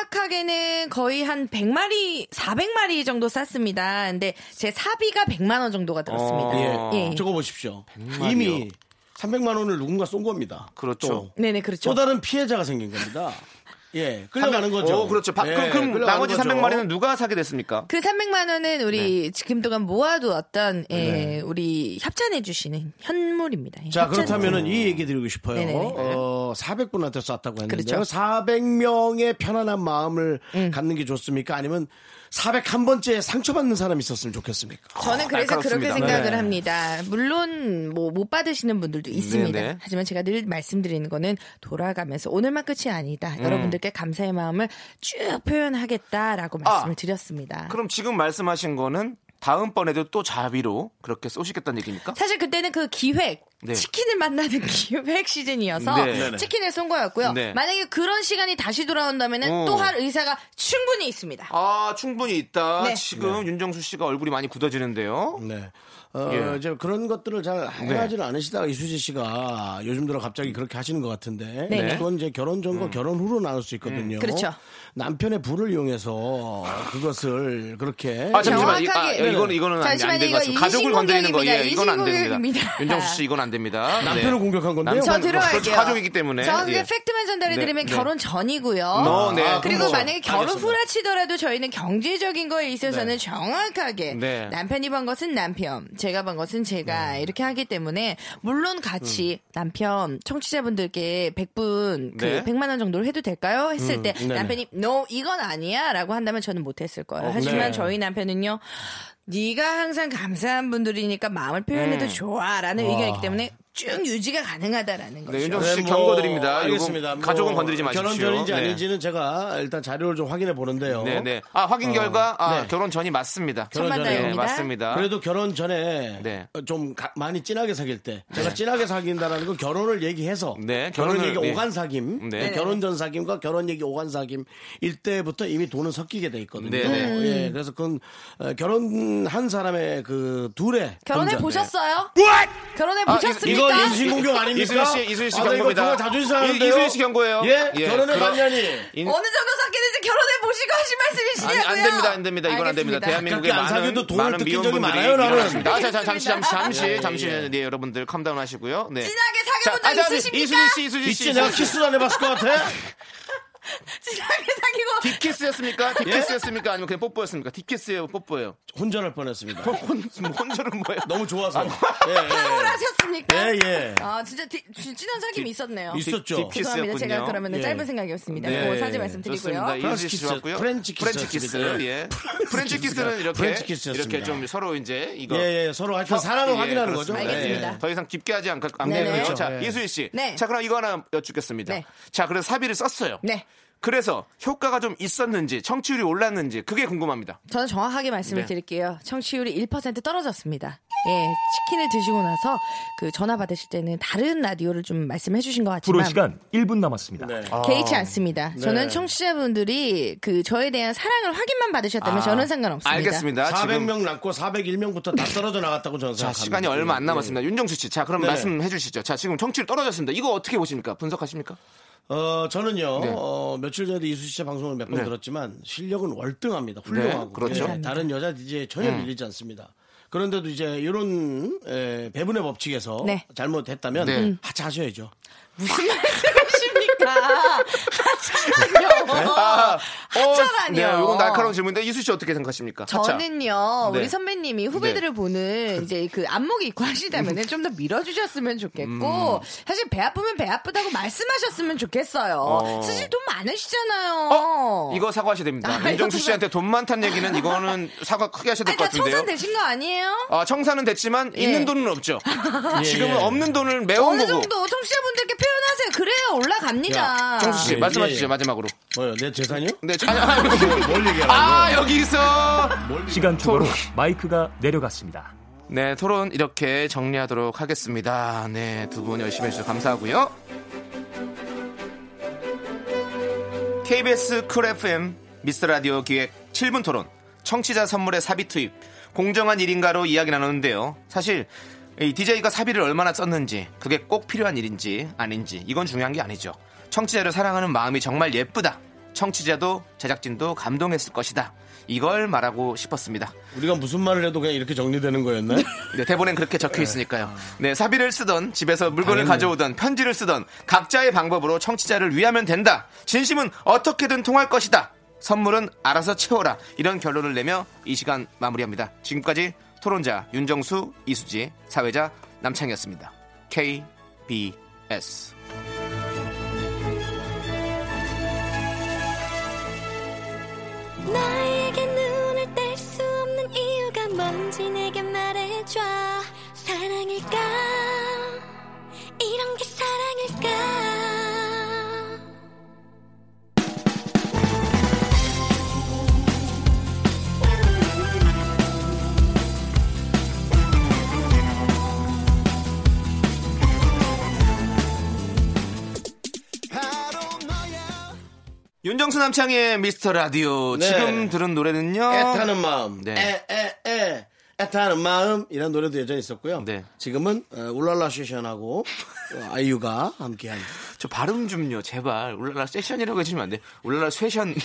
[SPEAKER 8] 정확하게는 거의 한 100마리, 400마리 정도 쌌습니다. 근데 제 사비가 100만 원 정도가 들었습니다.
[SPEAKER 2] 어,
[SPEAKER 8] 예.
[SPEAKER 1] 적어 보십시오.
[SPEAKER 2] 백만이요.
[SPEAKER 1] 이미 300만 원을 누군가 쏜 겁니다.
[SPEAKER 2] 그렇죠.
[SPEAKER 1] 또.
[SPEAKER 8] 네네,
[SPEAKER 1] 또
[SPEAKER 8] 그렇죠.
[SPEAKER 1] 다른 피해자가 생긴 겁니다. 예, 끌려가는 거죠.
[SPEAKER 2] 오, 그렇죠. 바-
[SPEAKER 1] 예,
[SPEAKER 2] 그럼, 그럼
[SPEAKER 1] 끌려가는
[SPEAKER 2] 나머지
[SPEAKER 1] 거죠.
[SPEAKER 2] 300마리는 누가 사게 됐습니까?
[SPEAKER 8] 그 300만 원은 우리
[SPEAKER 1] 네.
[SPEAKER 8] 지금 동안 모아두었던 예, 우리 협찬해 주시는 현물입니다. 예,
[SPEAKER 1] 자,
[SPEAKER 8] 협찬.
[SPEAKER 1] 그렇다면은 이 얘기 드리고 싶어요.
[SPEAKER 8] 네네네.
[SPEAKER 1] 어, 400분한테 쐈다고 했는데요.
[SPEAKER 8] 그렇죠.
[SPEAKER 1] 400명의 편안한 마음을 갖는 게 좋습니까? 아니면 401번째 상처받는 사람이 있었으면 좋겠습니까?
[SPEAKER 8] 저는
[SPEAKER 2] 아,
[SPEAKER 8] 그래서
[SPEAKER 2] 날카롭습니다.
[SPEAKER 8] 그렇게 생각을
[SPEAKER 1] 네.
[SPEAKER 8] 합니다. 물론 뭐 못 받으시는 분들도 있습니다.
[SPEAKER 2] 네네.
[SPEAKER 8] 하지만 제가 늘 말씀드리는 거는 돌아가면서 오늘만 끝이 아니다. 여러분들께 감사의 마음을 쭉 표현하겠다라고 말씀을 드렸습니다.
[SPEAKER 2] 아. 그럼 지금 말씀하신 거는 다음번에도 또 자비로 그렇게 쏘시겠다는 얘기입니까?
[SPEAKER 8] 사실 그때는 그 기획
[SPEAKER 2] 네.
[SPEAKER 8] 치킨을 만나는 기획 시즌이어서
[SPEAKER 2] 네. 네네.
[SPEAKER 8] 치킨을 쏜 거였고요.
[SPEAKER 2] 네. 어.
[SPEAKER 8] 만약에 그런 시간이 다시 돌아온다면
[SPEAKER 2] 오.
[SPEAKER 8] 또 할 의사가 충분히 있습니다.
[SPEAKER 2] 아, 충분히 있다.
[SPEAKER 8] 네.
[SPEAKER 2] 지금 윤정수 씨가 얼굴이 많이 굳어지는데요.
[SPEAKER 1] 네. 어,
[SPEAKER 2] 예. 네.
[SPEAKER 1] 이제 그런 것들을 잘 해하지는 않으시다가 이수지 씨가 요즘 들어 갑자기 그렇게 하시는 것 같은데.
[SPEAKER 8] 네.
[SPEAKER 1] 그건 이제 결혼 전과
[SPEAKER 2] 음.
[SPEAKER 1] 결혼 후로 나눌 수 있거든요.
[SPEAKER 8] 그렇죠.
[SPEAKER 1] 남편의 부를 이용해서 그것을 그렇게.
[SPEAKER 2] 아 잠시만 이, 아,
[SPEAKER 8] 네, 정확하게.
[SPEAKER 2] 이거는 이거는
[SPEAKER 8] 잠시만요,
[SPEAKER 2] 안될것
[SPEAKER 8] 이거
[SPEAKER 2] 같습니다. 가족을 건드리는 거 예, 이건 안 됩니다.
[SPEAKER 8] 이신공격입니다.
[SPEAKER 2] 윤정수 씨 이건 안 됩니다. 네.
[SPEAKER 1] 남편을 공격한 건데요.
[SPEAKER 8] 저
[SPEAKER 2] 남편-
[SPEAKER 8] 들어갈게요.
[SPEAKER 2] 그렇죠, 가족이기 때문에.
[SPEAKER 8] 저는
[SPEAKER 2] 예.
[SPEAKER 8] 이제 팩트만 전달해드리면
[SPEAKER 2] 네, 네.
[SPEAKER 8] 결혼 전이고요.
[SPEAKER 2] 어, 네.
[SPEAKER 1] 아,
[SPEAKER 8] 그리고
[SPEAKER 1] 그렇죠.
[SPEAKER 8] 만약에 결혼
[SPEAKER 1] 알겠습니다.
[SPEAKER 8] 후라 치더라도 저희는 경제적인 거에 있어서는
[SPEAKER 1] 네.
[SPEAKER 8] 정확하게
[SPEAKER 2] 네.
[SPEAKER 8] 남편이 번 것은 남편, 제가 번 것은 제가 이렇게 하기 때문에 물론 같이 남편 청취자분들께 100분 그
[SPEAKER 2] 음. 네. 음,
[SPEAKER 8] 100만 원 정도로 해도 될까요? 했을 때
[SPEAKER 1] 네네.
[SPEAKER 8] 남편이 no 이건 아니야라고 한다면 저는 못했을 거예요.
[SPEAKER 2] 어,
[SPEAKER 8] 하지만
[SPEAKER 2] 네.
[SPEAKER 8] 저희 남편은요. 네가 항상 감사한 분들이니까 마음을 표현해도
[SPEAKER 2] 네.
[SPEAKER 8] 좋아라는 의견이기 때문에 쭉 유지가 가능하다라는 거죠.
[SPEAKER 2] 네, 윤정수 씨 경고드립니다. 요거
[SPEAKER 1] 뭐, 알겠습니다. 뭐
[SPEAKER 2] 가족은 건드리지 마십시오.
[SPEAKER 1] 결혼 전인지
[SPEAKER 2] 네.
[SPEAKER 1] 아닌지는 제가 일단 자료를 좀 확인해 보는데요.
[SPEAKER 2] 네, 네. 아 확인 결과 아,
[SPEAKER 1] 네.
[SPEAKER 2] 결혼 전이 맞습니다.
[SPEAKER 1] 결혼 전에.
[SPEAKER 2] 네,
[SPEAKER 8] 천만다입니다.
[SPEAKER 2] 맞습니다.
[SPEAKER 1] 그래도 결혼 전에
[SPEAKER 2] 네.
[SPEAKER 1] 어, 좀 가- 많이 진하게 사귈 때 제가 진하게 사귄다라는 건 결혼을 얘기해서
[SPEAKER 2] 네,
[SPEAKER 1] 결혼
[SPEAKER 2] 결혼을,
[SPEAKER 1] 얘기
[SPEAKER 2] 네.
[SPEAKER 1] 오간 사귐
[SPEAKER 2] 네.
[SPEAKER 1] 네, 결혼 전 사귐과 결혼 얘기 오간 사귐 일 때부터 이미 돈은 섞이게 돼 있거든요.
[SPEAKER 2] 네, 네.
[SPEAKER 1] 예, 그래서 그건 어, 결혼한 사람의 그 둘의
[SPEAKER 8] 결혼해
[SPEAKER 1] 금전.
[SPEAKER 8] 보셨어요? 결혼해
[SPEAKER 2] 아,
[SPEAKER 1] 이거
[SPEAKER 8] 보셨습니까?
[SPEAKER 1] 인신공격 아닙니까?
[SPEAKER 2] 이수희 씨, 이수희 씨
[SPEAKER 1] 아, 나 이거
[SPEAKER 2] 경고입니다.
[SPEAKER 1] 그거 자존심 상하는데요.
[SPEAKER 2] 이- 이수희 씨 경고예요.
[SPEAKER 1] 예,
[SPEAKER 2] 예,
[SPEAKER 1] 결혼해
[SPEAKER 2] 그럼-
[SPEAKER 1] 봤냐니.
[SPEAKER 2] 인-
[SPEAKER 8] 어느 정도 섞이는지 결혼해 보시고 하신
[SPEAKER 2] 아니,
[SPEAKER 8] 말씀이시냐고요?
[SPEAKER 2] 안 됩니다, 안 됩니다. 이건 안 됩니다.
[SPEAKER 8] 알겠습니다. 네,
[SPEAKER 2] 대한민국의
[SPEAKER 1] 가깝게 안
[SPEAKER 2] 많은
[SPEAKER 1] 사귀어도 돈을
[SPEAKER 2] 많은
[SPEAKER 1] 뜯긴
[SPEAKER 2] 미혼
[SPEAKER 1] 적이
[SPEAKER 2] 분들이
[SPEAKER 1] 많아요, 나는.
[SPEAKER 2] 일어났습니다. 아, 자, 자, 잠시, 잠시, 잠시,
[SPEAKER 1] 예, 예,
[SPEAKER 2] 잠시,
[SPEAKER 1] 예.
[SPEAKER 2] 네, 여러분들 캄다운 하시고요. 네.
[SPEAKER 8] 진하게 사귀어본 적
[SPEAKER 2] 아, 잠시,
[SPEAKER 8] 있으십니까?
[SPEAKER 2] 이수지 씨, 이수지 씨,
[SPEAKER 1] 네. 있지 내가 키스도 안 해봤을 것 같아.
[SPEAKER 8] 진하게 사귀고
[SPEAKER 2] 딥키스였습니까?
[SPEAKER 1] 예?
[SPEAKER 2] 딥키스였습니까? 아니면 그냥 뽀뽀였습니까? 딥키스예요, 뽀뽀예요.
[SPEAKER 1] 혼절할 뻔했습니다.
[SPEAKER 2] 혼, 혼절은 뭐예요?
[SPEAKER 1] 너무 좋아서.
[SPEAKER 8] 결혼을 하셨습니까?
[SPEAKER 1] 예, 예.
[SPEAKER 8] 아 진짜 디, 진- 진한 사귐이 있었네요.
[SPEAKER 1] 있- 있었죠.
[SPEAKER 8] 죄송합니다. 제가 그러면
[SPEAKER 1] 예.
[SPEAKER 8] 짧은 생각이었습니다.
[SPEAKER 2] 네.
[SPEAKER 8] 뭐 사지 말씀드리고요.
[SPEAKER 2] 좋습니다.
[SPEAKER 1] 프랑스
[SPEAKER 2] 이수지 씨
[SPEAKER 1] 키스,
[SPEAKER 2] 좋았고요.
[SPEAKER 1] 프렌치 키스
[SPEAKER 2] 프렌치 키스.
[SPEAKER 1] 였습니다.
[SPEAKER 2] 예.
[SPEAKER 1] 프렌치
[SPEAKER 2] 프렌치 키스는
[SPEAKER 1] 키스였습니다.
[SPEAKER 2] 이렇게
[SPEAKER 1] 프렌치 키스였습니다.
[SPEAKER 2] 이렇게 좀 서로 이제 이거
[SPEAKER 1] 예, 예, 서로 하여튼 사랑을
[SPEAKER 2] 예,
[SPEAKER 1] 확인하는 거죠.
[SPEAKER 2] 그렇습니다.
[SPEAKER 1] 예, 예.
[SPEAKER 8] 알겠습니다.
[SPEAKER 2] 더 이상 깊게 하지 않,
[SPEAKER 8] 네,
[SPEAKER 2] 않네요.
[SPEAKER 8] 그렇죠.
[SPEAKER 2] 자,
[SPEAKER 1] 예.
[SPEAKER 2] 이수희 씨.
[SPEAKER 8] 네.
[SPEAKER 2] 자, 그럼 이거 하나 여쭙겠습니다.
[SPEAKER 8] 네.
[SPEAKER 2] 자, 그래서 사비를 썼어요.
[SPEAKER 8] 네.
[SPEAKER 2] 그래서 효과가 좀 있었는지, 청취율이 올랐는지 그게 궁금합니다.
[SPEAKER 8] 저는 정확하게 말씀을
[SPEAKER 2] 네.
[SPEAKER 8] 드릴게요. 청취율이 1% 떨어졌습니다. 예, 치킨을 드시고 나서 그 전화 받으실 때는 다른 라디오를 좀 말씀해 주신 것
[SPEAKER 7] 불호 시간
[SPEAKER 8] 같지만
[SPEAKER 7] 1분 남았습니다.
[SPEAKER 8] 개의치 않습니다. 저는 청취자분들이 그 저에 대한 사랑을 확인만 받으셨다면 저는 상관없습니다.
[SPEAKER 2] 아. 알겠습니다. 지금
[SPEAKER 1] 400명 남고 401명부터 다 떨어져 나갔다고 저는
[SPEAKER 2] 자,
[SPEAKER 1] 생각합니다. 예,
[SPEAKER 2] 시간이 얼마 안 남았습니다. 윤정수 씨. 자, 그럼
[SPEAKER 1] 네네.
[SPEAKER 2] 말씀해 주시죠. 자, 지금 청취율 떨어졌습니다. 이거 어떻게 보십니까? 분석하십니까?
[SPEAKER 1] 어, 저는요,
[SPEAKER 2] 네.
[SPEAKER 1] 어, 며칠 전에도 이수 씨의 방송을 몇 번
[SPEAKER 2] 네.
[SPEAKER 1] 들었지만 실력은 월등합니다. 훌륭하고.
[SPEAKER 2] 네, 그렇죠. 음.
[SPEAKER 1] 예, 다른 여자 DJ에 전혀 밀리지 않습니다. 그런데도 이제 이런 에, 배분의 법칙에서
[SPEAKER 8] 네.
[SPEAKER 1] 잘못했다면
[SPEAKER 2] 네.
[SPEAKER 1] 하차하셔야죠.
[SPEAKER 8] 무슨 말씀이십니까? 아, 하찮아요. 어, 하찮아요.
[SPEAKER 2] 네, 이건 날카로운 질문인데 이수 씨 어떻게 생각하십니까? 하차.
[SPEAKER 8] 저는요
[SPEAKER 2] 네.
[SPEAKER 8] 우리 선배님이 후배들을 보는 이제 그 안목이 있고 하시다면은 좀 더 밀어주셨으면 좋겠고 사실 배 아프면 배 아프다고 말씀하셨으면 좋겠어요.
[SPEAKER 2] 어.
[SPEAKER 8] 사실 돈 많으시잖아요.
[SPEAKER 2] 어, 이거 사과하셔야 됩니다.
[SPEAKER 8] 아,
[SPEAKER 2] 윤정수
[SPEAKER 8] 이거
[SPEAKER 2] 씨한테 돈 많다는 얘기는 이거는 사과 크게 하셔야 될
[SPEAKER 8] 아니,
[SPEAKER 2] 것 같은데요.
[SPEAKER 8] 그러니까 청산 되신 거
[SPEAKER 1] 어,
[SPEAKER 8] 아니에요?
[SPEAKER 2] 아, 청산은 됐지만 있는 돈은 없죠. 음. 지금은
[SPEAKER 1] 예,
[SPEAKER 2] 없는 돈을 메운
[SPEAKER 8] 아, 예.
[SPEAKER 1] 뭐,
[SPEAKER 8] 어느
[SPEAKER 2] 거고.
[SPEAKER 8] 정도 청취자분들께 표현하세요. 그래야 올라갑니다.
[SPEAKER 2] 정수 씨
[SPEAKER 1] 예,
[SPEAKER 2] 말씀하시죠
[SPEAKER 1] 예, 예.
[SPEAKER 2] 마지막으로.
[SPEAKER 1] 뭐요? 내 재산이요?
[SPEAKER 2] 네, 자녀.
[SPEAKER 1] 뭘 얘기하라고?
[SPEAKER 2] 아 여기 있어.
[SPEAKER 6] 시간 추가로 마이크가 내려갔습니다.
[SPEAKER 2] 네, 토론 이렇게 정리하도록 하겠습니다. 네, 두 분 열심히 해주셔서 감사하고요. KBS 쿨 FM 미스터 라디오 기획 7분 토론 청취자 선물의 사비 투입 공정한 일인가로 이야기 나누는데요. 사실 이 DJ가 사비를 얼마나 썼는지 그게 꼭 필요한 일인지 아닌지 이건 중요한 게 아니죠. 청취자를 사랑하는 마음이 정말 예쁘다. 청취자도 제작진도 감동했을 것이다. 이걸 말하고 싶었습니다.
[SPEAKER 1] 우리가 무슨 말을 해도 그냥 이렇게 정리되는 거였나요?
[SPEAKER 2] 네, 대본엔 그렇게 적혀 있으니까요.
[SPEAKER 1] 아.
[SPEAKER 2] 네, 사비를 쓰던 집에서 물건을 가져오던 편지를 쓰던 각자의 방법으로 청취자를 위하면 된다. 진심은 어떻게든 통할 것이다. 선물은 알아서 채워라. 이런 결론을 내며 이 시간 마무리합니다. 지금까지 토론자 윤정수, 이수지, 사회자 남창이었습니다. KBS.
[SPEAKER 10] 나에게 눈을 뗄 수 없는 이유가 뭔지 내게 말해줘 사랑일까 이런 게 사랑일까
[SPEAKER 2] 윤정수 남창의 미스터 라디오.
[SPEAKER 1] 네.
[SPEAKER 2] 지금 들은 노래는요.
[SPEAKER 1] 애타는 마음.
[SPEAKER 2] 네.
[SPEAKER 1] 에, 에, 에. 애타는 마음. 이런 노래도 여전히 있었고요.
[SPEAKER 2] 네.
[SPEAKER 1] 지금은 어, 울랄라 슈션하고 어, 아이유가 함께한.
[SPEAKER 2] 저 발음 좀요, 제발. 울랄라 세션이라고 해주시면 안 돼. 울랄라 세션.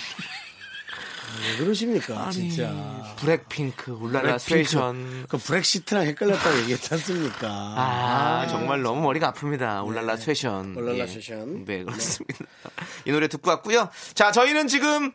[SPEAKER 1] 왜 그러십니까? 진짜.
[SPEAKER 2] 블랙핑크, 울랄라
[SPEAKER 1] 블랙핑크.
[SPEAKER 2] 세션.
[SPEAKER 1] 그 브렉시트랑 헷갈렸다고 얘기했지 않습니까?
[SPEAKER 2] 아, 정말 너무 머리가 아픕니다. 울랄라 쇠션.
[SPEAKER 1] 네. 울랄라 쇠션.
[SPEAKER 2] 네, 그렇습니다. 이 노래 듣고 왔고요. 자, 저희는 지금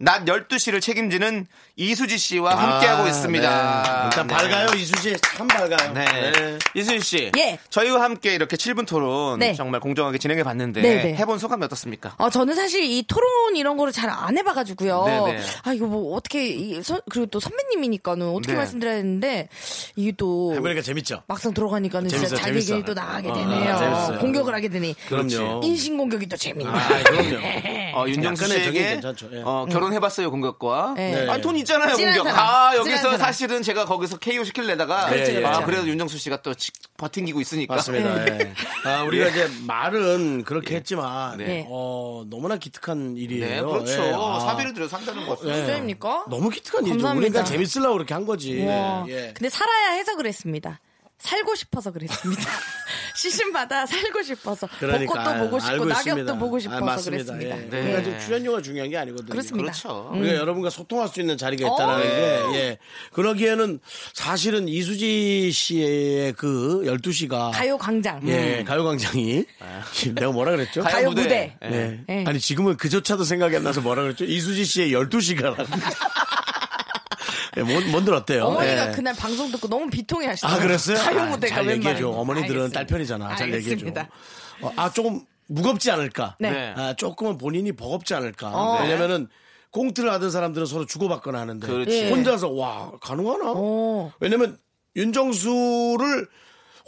[SPEAKER 2] 낮 12시를 책임지는 이수지 씨와 함께하고
[SPEAKER 1] 아,
[SPEAKER 2] 있습니다.
[SPEAKER 1] 네. 일단
[SPEAKER 2] 네.
[SPEAKER 1] 밝아요, 이수지. 참 밝아요.
[SPEAKER 2] 네. 이수지 씨.
[SPEAKER 8] 예.
[SPEAKER 2] 저희와 함께 이렇게 7분 토론
[SPEAKER 8] 네.
[SPEAKER 2] 정말 공정하게 진행해 봤는데
[SPEAKER 8] 네, 네.
[SPEAKER 2] 해본 소감이 어떻습니까?
[SPEAKER 8] 어, 저는 사실 이 토론 이런 거를 잘 안 해봐가지고요.
[SPEAKER 2] 네네.
[SPEAKER 8] 아, 이거 뭐 어떻게, 이 선- 그리고 또 선배님이니까는 어떻게
[SPEAKER 2] 네.
[SPEAKER 8] 말씀드려야 되는데, 이게 또.
[SPEAKER 1] 해보니까 재밌죠?
[SPEAKER 8] 막상 들어가니까는
[SPEAKER 1] 재밌어요,
[SPEAKER 8] 진짜 자기
[SPEAKER 1] 재밌어요.
[SPEAKER 8] 길도 나가게
[SPEAKER 1] 어,
[SPEAKER 8] 되네요.
[SPEAKER 1] 어, 재밌어요.
[SPEAKER 8] 공격을 하게 되니.
[SPEAKER 1] 그럼요.
[SPEAKER 8] 인신공격이 또 재밌네.
[SPEAKER 1] 아, 그럼요.
[SPEAKER 8] 네.
[SPEAKER 2] 어, 윤정수
[SPEAKER 1] 약간의 저게
[SPEAKER 2] 씨에게
[SPEAKER 1] 괜찮죠. 예.
[SPEAKER 2] 어, 결혼해봤어요 공격과
[SPEAKER 8] 네.
[SPEAKER 2] 아, 돈 있잖아요
[SPEAKER 8] 찐한
[SPEAKER 2] 공격
[SPEAKER 8] 사람.
[SPEAKER 2] 아
[SPEAKER 8] 찐한
[SPEAKER 2] 여기서
[SPEAKER 8] 사람.
[SPEAKER 2] 사실은 제가 거기서 KO 시킬래다가
[SPEAKER 1] 그렇죠,
[SPEAKER 2] 아,
[SPEAKER 1] 그렇죠.
[SPEAKER 2] 그래도 윤정수 씨가 또 지- 버팅기고 있으니까
[SPEAKER 1] 맞습니다. 예. 아, 우리가
[SPEAKER 2] 예.
[SPEAKER 1] 이제 말은 그렇게 했지만
[SPEAKER 2] 네.
[SPEAKER 1] 어, 너무나 기특한 일이에요.
[SPEAKER 2] 네, 그렇죠.
[SPEAKER 1] 예. 아,
[SPEAKER 2] 사비를 들여서 한다는 거.
[SPEAKER 1] 예.
[SPEAKER 8] 진짜입니까?
[SPEAKER 1] 너무 기특한 일이죠.
[SPEAKER 8] 감사합니다.
[SPEAKER 1] 우리가 재밌으려고 그렇게 한 거지.
[SPEAKER 8] 와.
[SPEAKER 1] 예.
[SPEAKER 8] 근데 살아야 해서 그랬습니다. 살고 싶어서 그랬습니다. 시즌마다 살고 싶어서
[SPEAKER 1] 그러니까,
[SPEAKER 8] 벚꽃도 보고
[SPEAKER 1] 아,
[SPEAKER 8] 싶고
[SPEAKER 1] 알고
[SPEAKER 8] 낙엽도
[SPEAKER 1] 있습니다.
[SPEAKER 8] 보고
[SPEAKER 1] 아,
[SPEAKER 8] 싶어서
[SPEAKER 1] 맞습니다.
[SPEAKER 8] 그랬습니다.
[SPEAKER 1] 예.
[SPEAKER 2] 네.
[SPEAKER 1] 우리가 지금 출연료가 중요한 게 아니거든요.
[SPEAKER 8] 그렇습니다. 음.
[SPEAKER 2] 그렇죠.
[SPEAKER 1] 우리가 여러분과 소통할 수 있는 자리가 있다는
[SPEAKER 8] 어.
[SPEAKER 1] 게, 예. 그러기에는 사실은 이수지 씨의 그 12시가.
[SPEAKER 8] 가요 광장. 음.
[SPEAKER 1] 예, 가요광장이. 내가 뭐라 그랬죠?
[SPEAKER 8] 가요 무대.
[SPEAKER 2] 예.
[SPEAKER 1] 예.
[SPEAKER 8] 예.
[SPEAKER 1] 아니 지금은 그조차도 생각이 안 나서 뭐라 그랬죠? 이수지 씨의 12시간. 예, 뭔, 뭔들 어때요?
[SPEAKER 8] 어머니가
[SPEAKER 1] 예.
[SPEAKER 8] 그날 방송 듣고 너무 비통해 하시더라고요.
[SPEAKER 1] 아, 그랬어요?
[SPEAKER 8] 가요
[SPEAKER 1] 아,
[SPEAKER 8] 무대가
[SPEAKER 1] 잘 얘기해줘.
[SPEAKER 8] 웬만하면.
[SPEAKER 1] 어머니들은
[SPEAKER 8] 알겠습니다.
[SPEAKER 1] 딸 편이잖아. 잘
[SPEAKER 8] 알겠습니다.
[SPEAKER 1] 얘기해줘. 어, 아, 조금 무겁지 않을까?
[SPEAKER 8] 네.
[SPEAKER 2] 네.
[SPEAKER 1] 아, 조금은 본인이 버겁지 않을까?
[SPEAKER 8] 어.
[SPEAKER 1] 왜냐면은 꽁트를 하던 사람들은 서로 주고받거나 하는데
[SPEAKER 2] 그렇지.
[SPEAKER 1] 혼자서 와 가능하나?
[SPEAKER 8] 어.
[SPEAKER 1] 왜냐면 윤정수를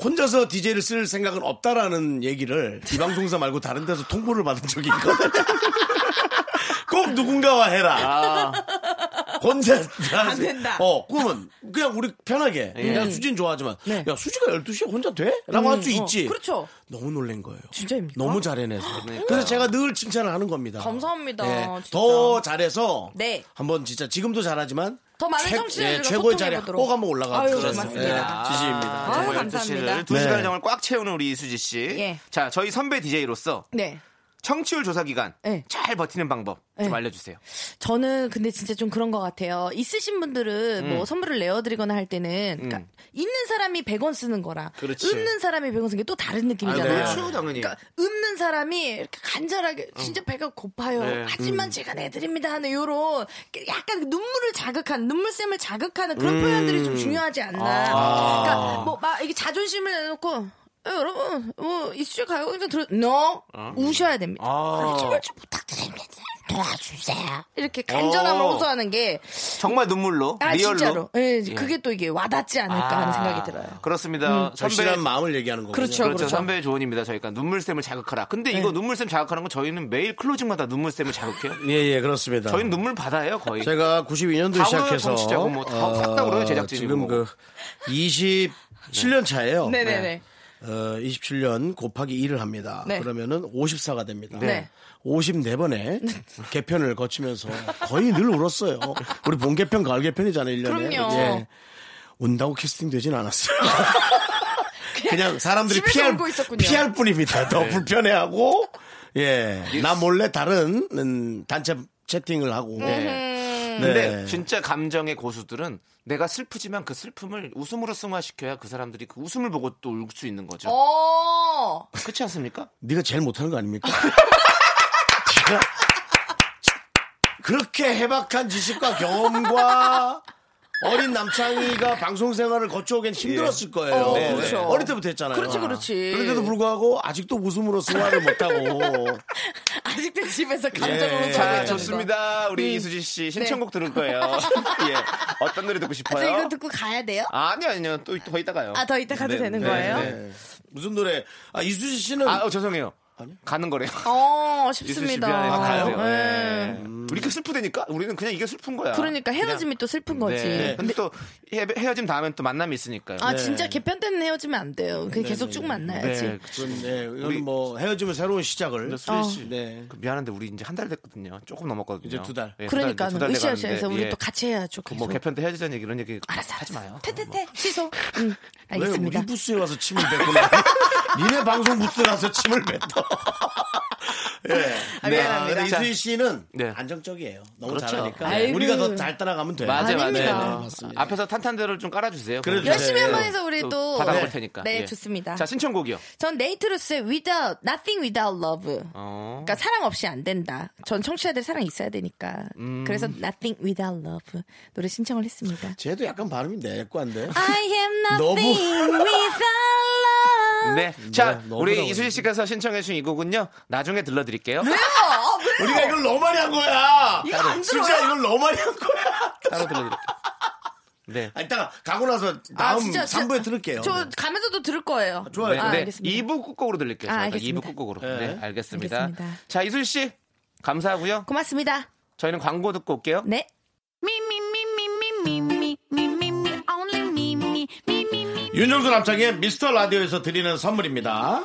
[SPEAKER 1] 혼자서 DJ를 쓸 생각은 없다라는 얘기를 이 방송사 말고 다른 데서 통보를 받은 적이 있거든. 꼭 누군가와 해라.
[SPEAKER 2] 아,
[SPEAKER 1] 혼자
[SPEAKER 8] 안 된다.
[SPEAKER 1] 어, 꿈은 그냥 우리 편하게. 그냥 수진 좋아하지만
[SPEAKER 8] 네.
[SPEAKER 1] 야, 수지가 12시에 혼자 돼? 라고 할 수
[SPEAKER 8] 음, 어,
[SPEAKER 1] 있지.
[SPEAKER 8] 그렇죠.
[SPEAKER 1] 너무 놀란 거예요.
[SPEAKER 8] 진짜입니까?
[SPEAKER 1] 너무 잘해내서. 그래서 제가 늘 칭찬을 하는 겁니다.
[SPEAKER 8] 감사합니다, 진짜.
[SPEAKER 1] 더 잘해서
[SPEAKER 8] 네.
[SPEAKER 1] 한번 진짜 지금도 잘하지만
[SPEAKER 8] 더 많은
[SPEAKER 1] 최-
[SPEAKER 8] 청취자들과
[SPEAKER 1] 예, 최고의 자리에
[SPEAKER 8] 소통해보도록.
[SPEAKER 1] 꼭 한번 올라가
[SPEAKER 8] 아유,
[SPEAKER 1] 주셨으면
[SPEAKER 8] 고맙습니다.
[SPEAKER 1] 예, 지지입니다.
[SPEAKER 8] 아유,
[SPEAKER 2] 정말
[SPEAKER 8] 감사합니다.
[SPEAKER 2] 12시를 2시간을
[SPEAKER 1] 네.
[SPEAKER 2] 정말 꽉 채우는 우리 이수지 씨.
[SPEAKER 8] 예.
[SPEAKER 2] 자, 저희 선배 DJ로서
[SPEAKER 8] 네.
[SPEAKER 2] 청취율 조사 기간
[SPEAKER 8] 네.
[SPEAKER 2] 잘 버티는 방법 좀
[SPEAKER 8] 네.
[SPEAKER 2] 알려주세요.
[SPEAKER 8] 저는 근데 진짜 좀 그런 것 같아요. 있으신 분들은 뭐 선물을 내어드리거나 할 때는 그러니까
[SPEAKER 2] 음.
[SPEAKER 8] 있는 사람이 100원 쓰는 거랑
[SPEAKER 2] 그렇지.
[SPEAKER 8] 없는 사람이 100원 쓰는 게 또 다른 느낌이잖아요.
[SPEAKER 2] 아, 그렇죠, 당연히. 어.
[SPEAKER 8] 그러니까 없는 사람이 이렇게 간절하게 진짜 배가 고파요.
[SPEAKER 2] 네.
[SPEAKER 8] 하지만 제가 내드립니다 하는 요런 그 약간 눈물을 자극한 눈물샘을 자극하는
[SPEAKER 2] 음.
[SPEAKER 8] 그런 표현들이 좀 중요하지 않나.
[SPEAKER 2] 아.
[SPEAKER 8] 그러니까 뭐 막 이게 자존심을 내놓고 에, 여러분 뭐 이슈 가요광장 들어 no 우셔야 됩니다.
[SPEAKER 2] 아.
[SPEAKER 8] 제발 좀 부탁드립니다. 도와주세요. 이렇게 간절함을
[SPEAKER 2] 어.
[SPEAKER 8] 호소하는 게
[SPEAKER 2] 정말 눈물로
[SPEAKER 8] 아,
[SPEAKER 2] 리얼로. 아,
[SPEAKER 8] 진짜로. 예, 그게 또 이게 와닿지 않을까 하는 생각이 들어요. 음.
[SPEAKER 2] 그렇습니다. 선배
[SPEAKER 1] 절실한 마음을 얘기하는 거군요.
[SPEAKER 8] 그렇죠. 예.
[SPEAKER 2] 그렇죠. 선배의 조언입니다. 저희가 눈물샘을 자극하라. 근데 이거 눈물샘 자극하는 거 저희는 매일 클로징마다 눈물샘을 자극해요.
[SPEAKER 1] 예, 예, 그렇습니다.
[SPEAKER 2] 저희는 눈물 바다예요 거의.
[SPEAKER 1] 제가 92년도 에
[SPEAKER 2] 다
[SPEAKER 1] 시작해서
[SPEAKER 2] 울어요, 정치자고 뭐다 싹다 울어요, 제작진이
[SPEAKER 1] 지금
[SPEAKER 2] 뭐.
[SPEAKER 1] 그 27년 차예요.
[SPEAKER 8] 네네네.
[SPEAKER 1] 어, 27년 곱하기 2를 합니다.
[SPEAKER 8] 네.
[SPEAKER 1] 그러면은 54가 됩니다.
[SPEAKER 8] 네.
[SPEAKER 1] 54번의 개편을 거치면서 거의 늘 울었어요. 우리 봄 개편, 가을 개편이잖아요, 1년에. 예.
[SPEAKER 8] 그럼요.
[SPEAKER 1] 운다고 캐스팅 되진 않았어요. 그냥 사람들이
[SPEAKER 8] 집에서
[SPEAKER 1] 피할,
[SPEAKER 8] 울고 있었군요.
[SPEAKER 1] 피할 뿐입니다.
[SPEAKER 2] 네.
[SPEAKER 1] 더 불편해하고, 예. 나 몰래 다른 음, 단체 채팅을
[SPEAKER 8] 음.
[SPEAKER 1] 하고.
[SPEAKER 2] 네.
[SPEAKER 1] 네.
[SPEAKER 2] 근데 진짜 감정의 고수들은 내가 슬프지만 그 슬픔을 웃음으로 승화시켜야 그 사람들이 그 웃음을 보고 또 울 수 있는 거죠.
[SPEAKER 8] 어.
[SPEAKER 2] 그렇지 않습니까?
[SPEAKER 1] 네가 제일 못하는 거 아닙니까? 네가 그렇게 해박한 지식과 경험과 어린 남창희가 방송 생활을 거쳐오긴 힘들었을 거예요.
[SPEAKER 8] 어, 네, 그렇죠. 네.
[SPEAKER 1] 어릴 때부터 했잖아요.
[SPEAKER 8] 그렇지, 그렇지.
[SPEAKER 1] 그런데도 불구하고 아직도 웃음으로 승화를 못하고.
[SPEAKER 8] 아직도 집에서 감정으로
[SPEAKER 1] 예.
[SPEAKER 8] 자극하는
[SPEAKER 2] 자,
[SPEAKER 8] 거.
[SPEAKER 2] 네, 아, 좋습니다. 우리
[SPEAKER 8] 음.
[SPEAKER 2] 이수지 씨 신청곡 들을 거예요. 예. 어떤 노래 듣고
[SPEAKER 8] 네. 아, 저
[SPEAKER 2] 싶어요?
[SPEAKER 8] 이거 듣고 가야 돼요?
[SPEAKER 2] 아, 니요 아니요. 또, 더 이따가요.
[SPEAKER 8] 아, 더 이따 가도
[SPEAKER 2] 네,
[SPEAKER 8] 되는
[SPEAKER 2] 네,
[SPEAKER 8] 거예요?
[SPEAKER 2] 네.
[SPEAKER 1] 무슨 노래? 아, 이수지 씨는.
[SPEAKER 2] 아, 어, 죄송해요. 가는 거래요.
[SPEAKER 8] 어,
[SPEAKER 2] 이수지 씨
[SPEAKER 8] 쉽습니다.
[SPEAKER 2] 미안해요.
[SPEAKER 1] 아, 가요?
[SPEAKER 2] 가야 돼요.
[SPEAKER 8] 예.
[SPEAKER 2] 네. 우리 그 슬프다니까? 우리는 그냥 이게 슬픈 거야.
[SPEAKER 8] 그러니까 헤어짐이 또 슬픈 거지.
[SPEAKER 2] 네. 근데 또 헤- 헤어짐 다음엔 또 만남이 있으니까요.
[SPEAKER 8] 아, 진짜 개편 때는 헤어지면 안 돼요. 그 계속 쭉 만나야지.
[SPEAKER 2] 네.
[SPEAKER 1] 이건, 네, 이건 뭐 헤어지면 새로운 시작을.
[SPEAKER 2] 수지 씨.
[SPEAKER 1] 네.
[SPEAKER 2] 그 미안한데 우리 이제 한 달 됐거든요. 조금 넘었거든요.
[SPEAKER 1] 이제 두 달.
[SPEAKER 2] 예, 두 달,
[SPEAKER 8] 그러니까
[SPEAKER 2] 두달
[SPEAKER 8] 으쌰으쌰해서
[SPEAKER 2] 돼가는데,
[SPEAKER 8] 우리
[SPEAKER 2] 예.
[SPEAKER 8] 또 같이 해야죠. 계속.
[SPEAKER 2] 뭐 개편 때 헤어지자는 얘기 이런 얘기
[SPEAKER 8] 알았어,
[SPEAKER 2] 하지 마요.
[SPEAKER 8] 태태태 취소. 응,
[SPEAKER 1] 뭐. 왜
[SPEAKER 8] 알겠습니다.
[SPEAKER 1] 우리 부스에 와서 침을 뱉구나. 니네 방송 부스에 와서 침을 뱉어. 예.
[SPEAKER 8] 아,
[SPEAKER 1] 네.
[SPEAKER 8] 미안합니다.
[SPEAKER 1] 근데
[SPEAKER 2] 자,
[SPEAKER 1] 이수희 씨는
[SPEAKER 2] 네.
[SPEAKER 1] 안정적이에요. 너무
[SPEAKER 2] 그렇죠.
[SPEAKER 1] 잘하니까.
[SPEAKER 8] 아이고.
[SPEAKER 1] 우리가 더 잘 따라가면 돼요.
[SPEAKER 2] 맞아요, 맞아요.
[SPEAKER 8] 아닙니다.
[SPEAKER 2] 네, 네,
[SPEAKER 1] 맞습니다.
[SPEAKER 2] 앞에서 탄탄대로를 좀 깔아주세요.
[SPEAKER 1] 그래도
[SPEAKER 2] 그럼
[SPEAKER 8] 열심히
[SPEAKER 1] 네.
[SPEAKER 8] 한번 해서 우리 또.
[SPEAKER 2] 받아볼
[SPEAKER 8] 네.
[SPEAKER 2] 테니까.
[SPEAKER 8] 네,
[SPEAKER 2] 예.
[SPEAKER 8] 좋습니다.
[SPEAKER 2] 자, 신청곡이요.
[SPEAKER 8] 전 네이트루스의 Without Nothing Without Love.
[SPEAKER 2] 어.
[SPEAKER 8] 그러니까 사랑 없이 안 된다. 전 청취자들 사랑 있어야 되니까.
[SPEAKER 1] 음.
[SPEAKER 8] 그래서 Nothing Without Love 노래 신청을 했습니다.
[SPEAKER 1] 쟤도 약간 발음이 내과인데.
[SPEAKER 8] I am
[SPEAKER 1] 너무-
[SPEAKER 8] nothing without love.
[SPEAKER 2] 네. 자,
[SPEAKER 1] 너무
[SPEAKER 2] 우리
[SPEAKER 1] 나오네.
[SPEAKER 2] 이수지 씨께서 신청해주신 이 곡은요. 나중에 들려드릴게요.
[SPEAKER 1] 우리가 이걸 너무 많이 한 거야.
[SPEAKER 8] 안
[SPEAKER 1] 수지야 이걸 너무 많이 한 거야.
[SPEAKER 2] 따로 들려드릴게요. 네.
[SPEAKER 1] 아, 이따가 가고 나서 다음
[SPEAKER 8] 아, 진짜, 진짜.
[SPEAKER 1] 3부에 들을게요. 네.
[SPEAKER 8] 저 가면서도 들을 거예요.
[SPEAKER 1] 좋아요.
[SPEAKER 8] 아,
[SPEAKER 2] 네,
[SPEAKER 8] 알겠습니다.
[SPEAKER 2] 2부 끝곡으로 들릴게요.
[SPEAKER 8] 아,
[SPEAKER 2] 저희가 2부
[SPEAKER 8] 알겠습니다.
[SPEAKER 2] 끝곡으로.
[SPEAKER 1] 네.
[SPEAKER 2] 네, 알겠습니다.
[SPEAKER 8] 알겠습니다.
[SPEAKER 2] 자, 이수지 씨. 감사하고요.
[SPEAKER 8] 고맙습니다.
[SPEAKER 2] 저희는 광고 듣고 올게요.
[SPEAKER 8] 네. 네.
[SPEAKER 1] 윤정수 남창의 미스터 라디오에서 드리는 선물입니다.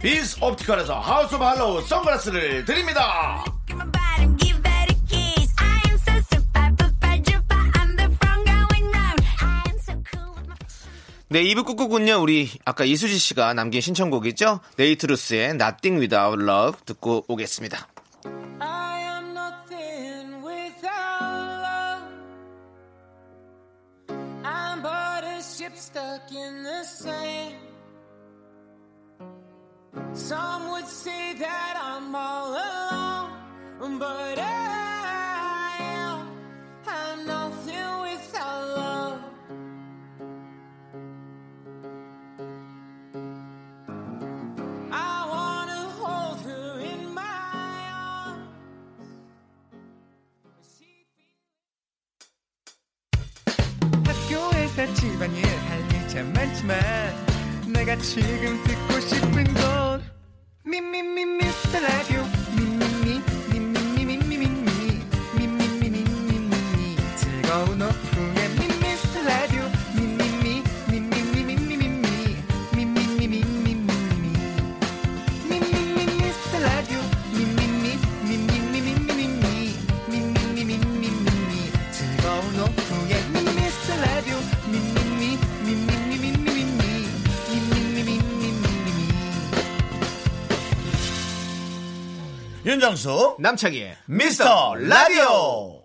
[SPEAKER 1] 비스 옵티컬에서 하우스 오브 할로우 선글라스를 드립니다
[SPEAKER 2] 네, 2부 끝곡은요, 우리 아까 이수지 씨가 남긴 신청곡이죠? 네이트루스의 Nothing Without Love 듣고 오겠습니다.
[SPEAKER 10] I am nothing without love. I'm but a ship stuck in the sand. Some would say that I'm all alone, but I am. I'm nothing without love. I wanna hold her in my arms.
[SPEAKER 4] 학교에서 집안일 할 일 참 많지만 내가 지금 듣고 싶은 건 미미미 미스터 라디오 미미미 미미미 미미미 미미미
[SPEAKER 11] 윤정수
[SPEAKER 2] 남창희의
[SPEAKER 11] 미스터 라디오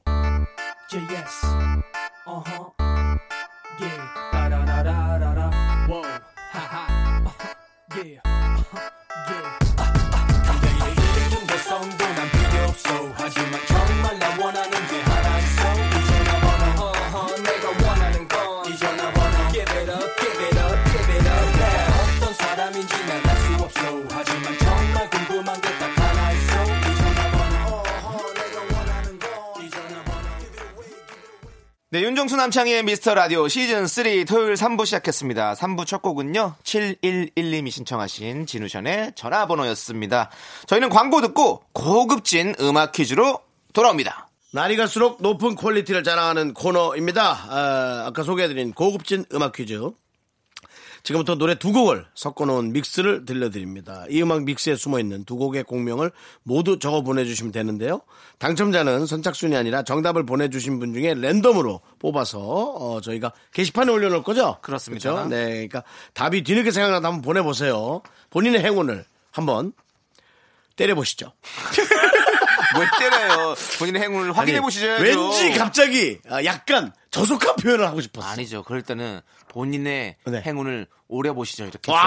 [SPEAKER 2] 네, 윤종수 남창희의 미스터 라디오 시즌 3 토요일 3부 시작했습니다. 3부 첫 곡은요, 7112님이 신청하신 진우션의 전화번호였습니다. 저희는 광고 듣고 고급진 음악 퀴즈로 돌아옵니다.
[SPEAKER 1] 날이 갈수록 높은 퀄리티를 자랑하는 코너입니다. 아, 까 소개해드린 고급진 음악 퀴즈. 지금부터 노래 두 곡을 섞어놓은 믹스를 들려드립니다. 이 음악 믹스에 숨어있는 두 곡의 공명을 모두 적어 보내주시면 되는데요. 당첨자는 선착순이 아니라 정답을 보내주신 분 중에 랜덤으로 뽑아서 어, 저희가 게시판에 올려놓을 거죠?
[SPEAKER 2] 그렇습니다.
[SPEAKER 1] 그렇죠? 네, 그러니까 답이 뒤늦게 생각나다 한번 보내보세요. 본인의 행운을 한번 때려보시죠.
[SPEAKER 2] 뭘 때려요? 본인의 행운을 확인해 보시죠.
[SPEAKER 1] 왠지 갑자기 아, 약간 저속한 표현을 하고 싶었어.
[SPEAKER 2] 아니죠. 그럴 때는 본인의
[SPEAKER 1] 네.
[SPEAKER 2] 행운을 오려 보시죠. 이렇게.
[SPEAKER 1] 와,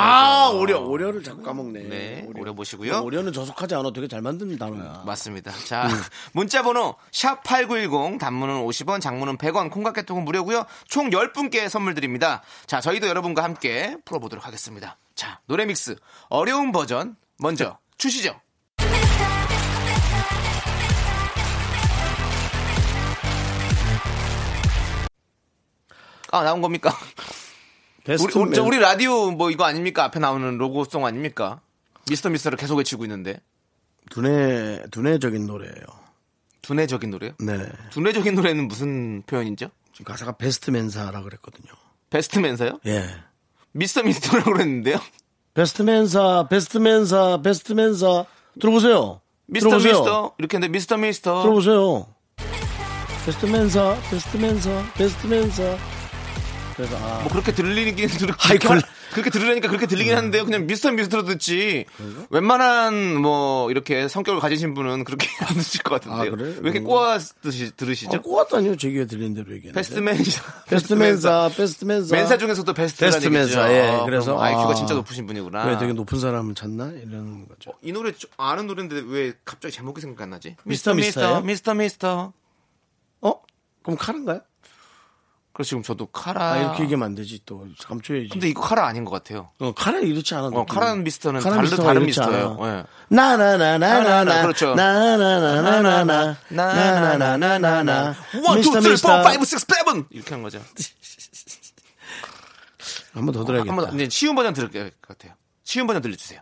[SPEAKER 2] 써야죠.
[SPEAKER 1] 오려, 오려를 자꾸 까먹네. 어,
[SPEAKER 2] 네, 오려 보시고요.
[SPEAKER 1] 오려는 저속하지 않아. 음. 되게 잘 만드는 단어야.
[SPEAKER 2] 맞습니다. 자, 문자 번호 샵 8910 단문은 50원, 장문은 100원, 콩깍개통은 무료고요. 총 10분께 선물 드립니다. 자, 저희도 여러분과 함께 풀어 보도록 하겠습니다. 자, 노래 믹스 어려운 버전
[SPEAKER 1] 네.
[SPEAKER 2] 먼저 주시죠. 아, 나온 겁니까? 우리,
[SPEAKER 1] 베스트
[SPEAKER 2] 우리, 저
[SPEAKER 1] 맨.
[SPEAKER 2] 우리 라디오 뭐 이거 아닙니까? 앞에 나오는 로고송 아닙니까? 미스터 미스터를 계속 외치고 있는데.
[SPEAKER 1] 두뇌, 두뇌적인 노래예요
[SPEAKER 2] 두뇌적인 노래요?
[SPEAKER 1] 네.
[SPEAKER 2] 두뇌적인 노래는 무슨 표현이죠?
[SPEAKER 1] 지금 가사가 베스트 맨사라고 그랬거든요.
[SPEAKER 2] 베스트맨서요?
[SPEAKER 1] 예.
[SPEAKER 2] 미스터 미스터라고 그랬는데요?
[SPEAKER 1] 베스트 맨사, 베스트 맨사, 베스트 맨사. 들어보세요.
[SPEAKER 2] 미스터
[SPEAKER 1] 들어보세요.
[SPEAKER 2] 미스터 이렇게 했는데 미스터 미스터
[SPEAKER 1] 들어보세요. 베스트 맨사, 베스트 맨사, 베스트 맨사. 그래서, 아.
[SPEAKER 2] 뭐 그렇게 들리긴 들
[SPEAKER 1] 아이,
[SPEAKER 2] 그렇게, 하-
[SPEAKER 1] 골라.
[SPEAKER 2] 그렇게 들으려니까 그렇게 들리긴 하는데요. 그냥 미스터 미스터로 듣지. 웬만한 뭐 이렇게 성격을 가지신 분은 그렇게 안 드실 것 같은데요.
[SPEAKER 1] 아, 그래요?
[SPEAKER 2] 왜 이렇게
[SPEAKER 1] 음.
[SPEAKER 2] 꼬아 드시, 들으시죠?
[SPEAKER 1] 아, 꼬았다니요. 제 귀에 들리는 대로 얘기하는.
[SPEAKER 2] 어? 베스트 맨사
[SPEAKER 1] 베스트 맨사, 베스트 맨사.
[SPEAKER 2] 맨사 중에서도 베스트
[SPEAKER 1] 베스트 맨사, 예. 그래서,
[SPEAKER 2] IQ가
[SPEAKER 1] 아.
[SPEAKER 2] 진짜 높으신 분이구나.
[SPEAKER 1] 왜 되게 높은 사람을 찾나? 이런 거죠.
[SPEAKER 2] 어, 이 노래 좀 아는 노래인데 왜 갑자기 제목이 생각 안 나지?
[SPEAKER 1] 미스터 미스터예요?
[SPEAKER 2] 미스터 미스터.
[SPEAKER 1] 어? 그럼 카른가요?
[SPEAKER 2] 그래서 지금 저도 카라.
[SPEAKER 1] 아, 이렇게 얘기하면 안 되지. 또 감춰야지.
[SPEAKER 2] 근데 이거 카라 아닌 것 같아요.
[SPEAKER 1] 어, 카라 이렇지 않아.
[SPEAKER 2] 어,
[SPEAKER 1] 느낌이.
[SPEAKER 2] 카라는 미스터는
[SPEAKER 1] 카라
[SPEAKER 2] 다른-
[SPEAKER 1] 미스터가
[SPEAKER 2] 다른
[SPEAKER 1] 이렇지
[SPEAKER 2] 미스터예요.
[SPEAKER 1] 않아.
[SPEAKER 2] 예.
[SPEAKER 1] 나나나나나나.
[SPEAKER 2] 그렇죠.
[SPEAKER 1] 나나나나나나. 나나나나나나.
[SPEAKER 2] 1, 2, 3, 4, 5, 6, 7 이렇게 한 거죠.
[SPEAKER 1] 한번 더 들어야겠다.
[SPEAKER 2] 한번 이제 쉬운 버전 들을 것 같아요. 쉬운 버전 들려주세요.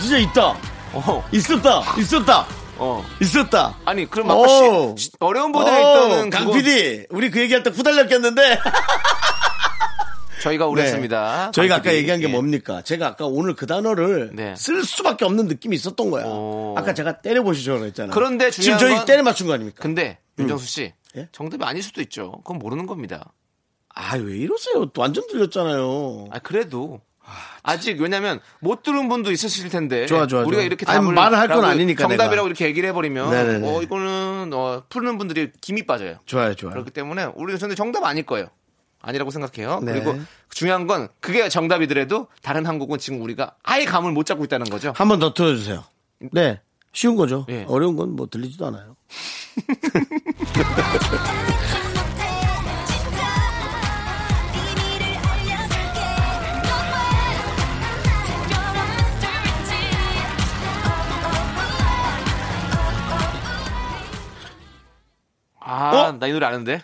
[SPEAKER 1] 진짜 있다.
[SPEAKER 2] 어,
[SPEAKER 1] 있었다. 있었다.
[SPEAKER 2] 어.
[SPEAKER 1] 있었다.
[SPEAKER 2] 아니 그럼 아까
[SPEAKER 1] 오.
[SPEAKER 2] 시, 시- 어려운 버전에 있던
[SPEAKER 1] 강
[SPEAKER 2] 그거
[SPEAKER 1] PD, 우리 그 얘기할 때 후달려 꼈는데.
[SPEAKER 2] 저희가
[SPEAKER 1] 네.
[SPEAKER 2] 오랬습니다.
[SPEAKER 1] 저희가
[SPEAKER 2] 강
[SPEAKER 1] 아까
[SPEAKER 2] PD.
[SPEAKER 1] 얘기한 게
[SPEAKER 2] 예.
[SPEAKER 1] 뭡니까? 제가 아까 오늘 그 단어를
[SPEAKER 2] 네.
[SPEAKER 1] 쓸 수밖에 없는 느낌이 있었던 거야.
[SPEAKER 2] 오.
[SPEAKER 1] 아까 제가 때려보시죠 그랬잖아요.
[SPEAKER 2] 그런데
[SPEAKER 1] 지금
[SPEAKER 2] 중요한
[SPEAKER 1] 저희
[SPEAKER 2] 건-
[SPEAKER 1] 때려 맞춘 거 아닙니까?
[SPEAKER 2] 근데 윤정수 씨
[SPEAKER 1] 예?
[SPEAKER 2] 정답이 아닐 수도 있죠. 그건 모르는 겁니다.
[SPEAKER 1] 아 왜 이러세요? 또 완전 어. 들렸잖아요.
[SPEAKER 2] 아 그래도 아직 왜냐면 못 들은 분도 있으실 텐데
[SPEAKER 1] 좋아, 좋아,
[SPEAKER 2] 우리가
[SPEAKER 1] 좋아.
[SPEAKER 2] 이렇게
[SPEAKER 1] 아니,
[SPEAKER 2] 답을
[SPEAKER 1] 말을 할건
[SPEAKER 2] 라고-
[SPEAKER 1] 아니니까,
[SPEAKER 2] 정답이라고
[SPEAKER 1] 내가.
[SPEAKER 2] 이렇게 얘기를 해버리면
[SPEAKER 1] 네네네.
[SPEAKER 2] 어 이거는 어, 푸는 분들이 김이 빠져요.
[SPEAKER 1] 좋아요, 좋아요.
[SPEAKER 2] 그렇기 때문에 우리는 저는 정답 아닐 거예요. 아니라고 생각해요.
[SPEAKER 1] 네.
[SPEAKER 2] 그리고 중요한 건 그게 정답이더라도 다른 한국은 지금 우리가 아예 감을 못 잡고 있다는 거죠.
[SPEAKER 1] 한 번 더 틀어주세요. 네, 쉬운 거죠.
[SPEAKER 2] 예.
[SPEAKER 1] 어려운 건 뭐 들리지도 않아요.
[SPEAKER 2] 아, 나 이 노래 아는데.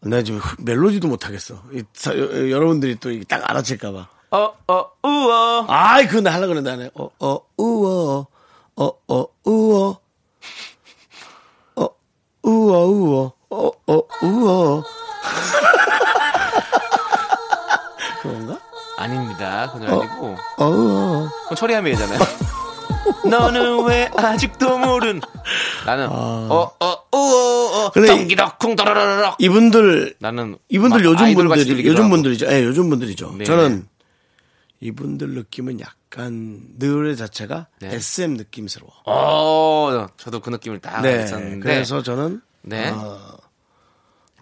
[SPEAKER 1] 나 지금 멜로디도 못 하겠어. 이 사- 여- 여러분들이 또 딱 알아챌까봐.
[SPEAKER 2] 어, 어, 우어.
[SPEAKER 1] 아이 그건 나 하려고 그랬는데 안 해. 어, 어, 우어. 어, 어, 우어. 어, 우어, 우어. 어, 어, 우어. 그런가?
[SPEAKER 2] 아닙니다. 그건 아니고.
[SPEAKER 1] 어, 우어.
[SPEAKER 2] 그건 처리하면 되잖아요. 너는 왜 아직도 모른. 나는, 어, 어, 우어, 어,
[SPEAKER 1] 근데
[SPEAKER 2] 덩기덕 쿵더러러럭
[SPEAKER 1] 이분들
[SPEAKER 2] 나는
[SPEAKER 1] 이분들
[SPEAKER 2] 막
[SPEAKER 1] 요즘
[SPEAKER 2] 아이돌 같이
[SPEAKER 1] 분들이
[SPEAKER 2] 들리기도
[SPEAKER 1] 요즘
[SPEAKER 2] 하고.
[SPEAKER 1] 분들이죠. 예, 요즘 분들이죠.
[SPEAKER 2] 네.
[SPEAKER 1] 저는 이분들 느낌은 약간 노래 자체가
[SPEAKER 2] 네.
[SPEAKER 1] SM 느낌스러워.
[SPEAKER 2] 어, 저도 그 느낌을 딱
[SPEAKER 1] 네.
[SPEAKER 2] 했었는데.
[SPEAKER 1] 그래서 저는
[SPEAKER 2] 네.
[SPEAKER 1] 어,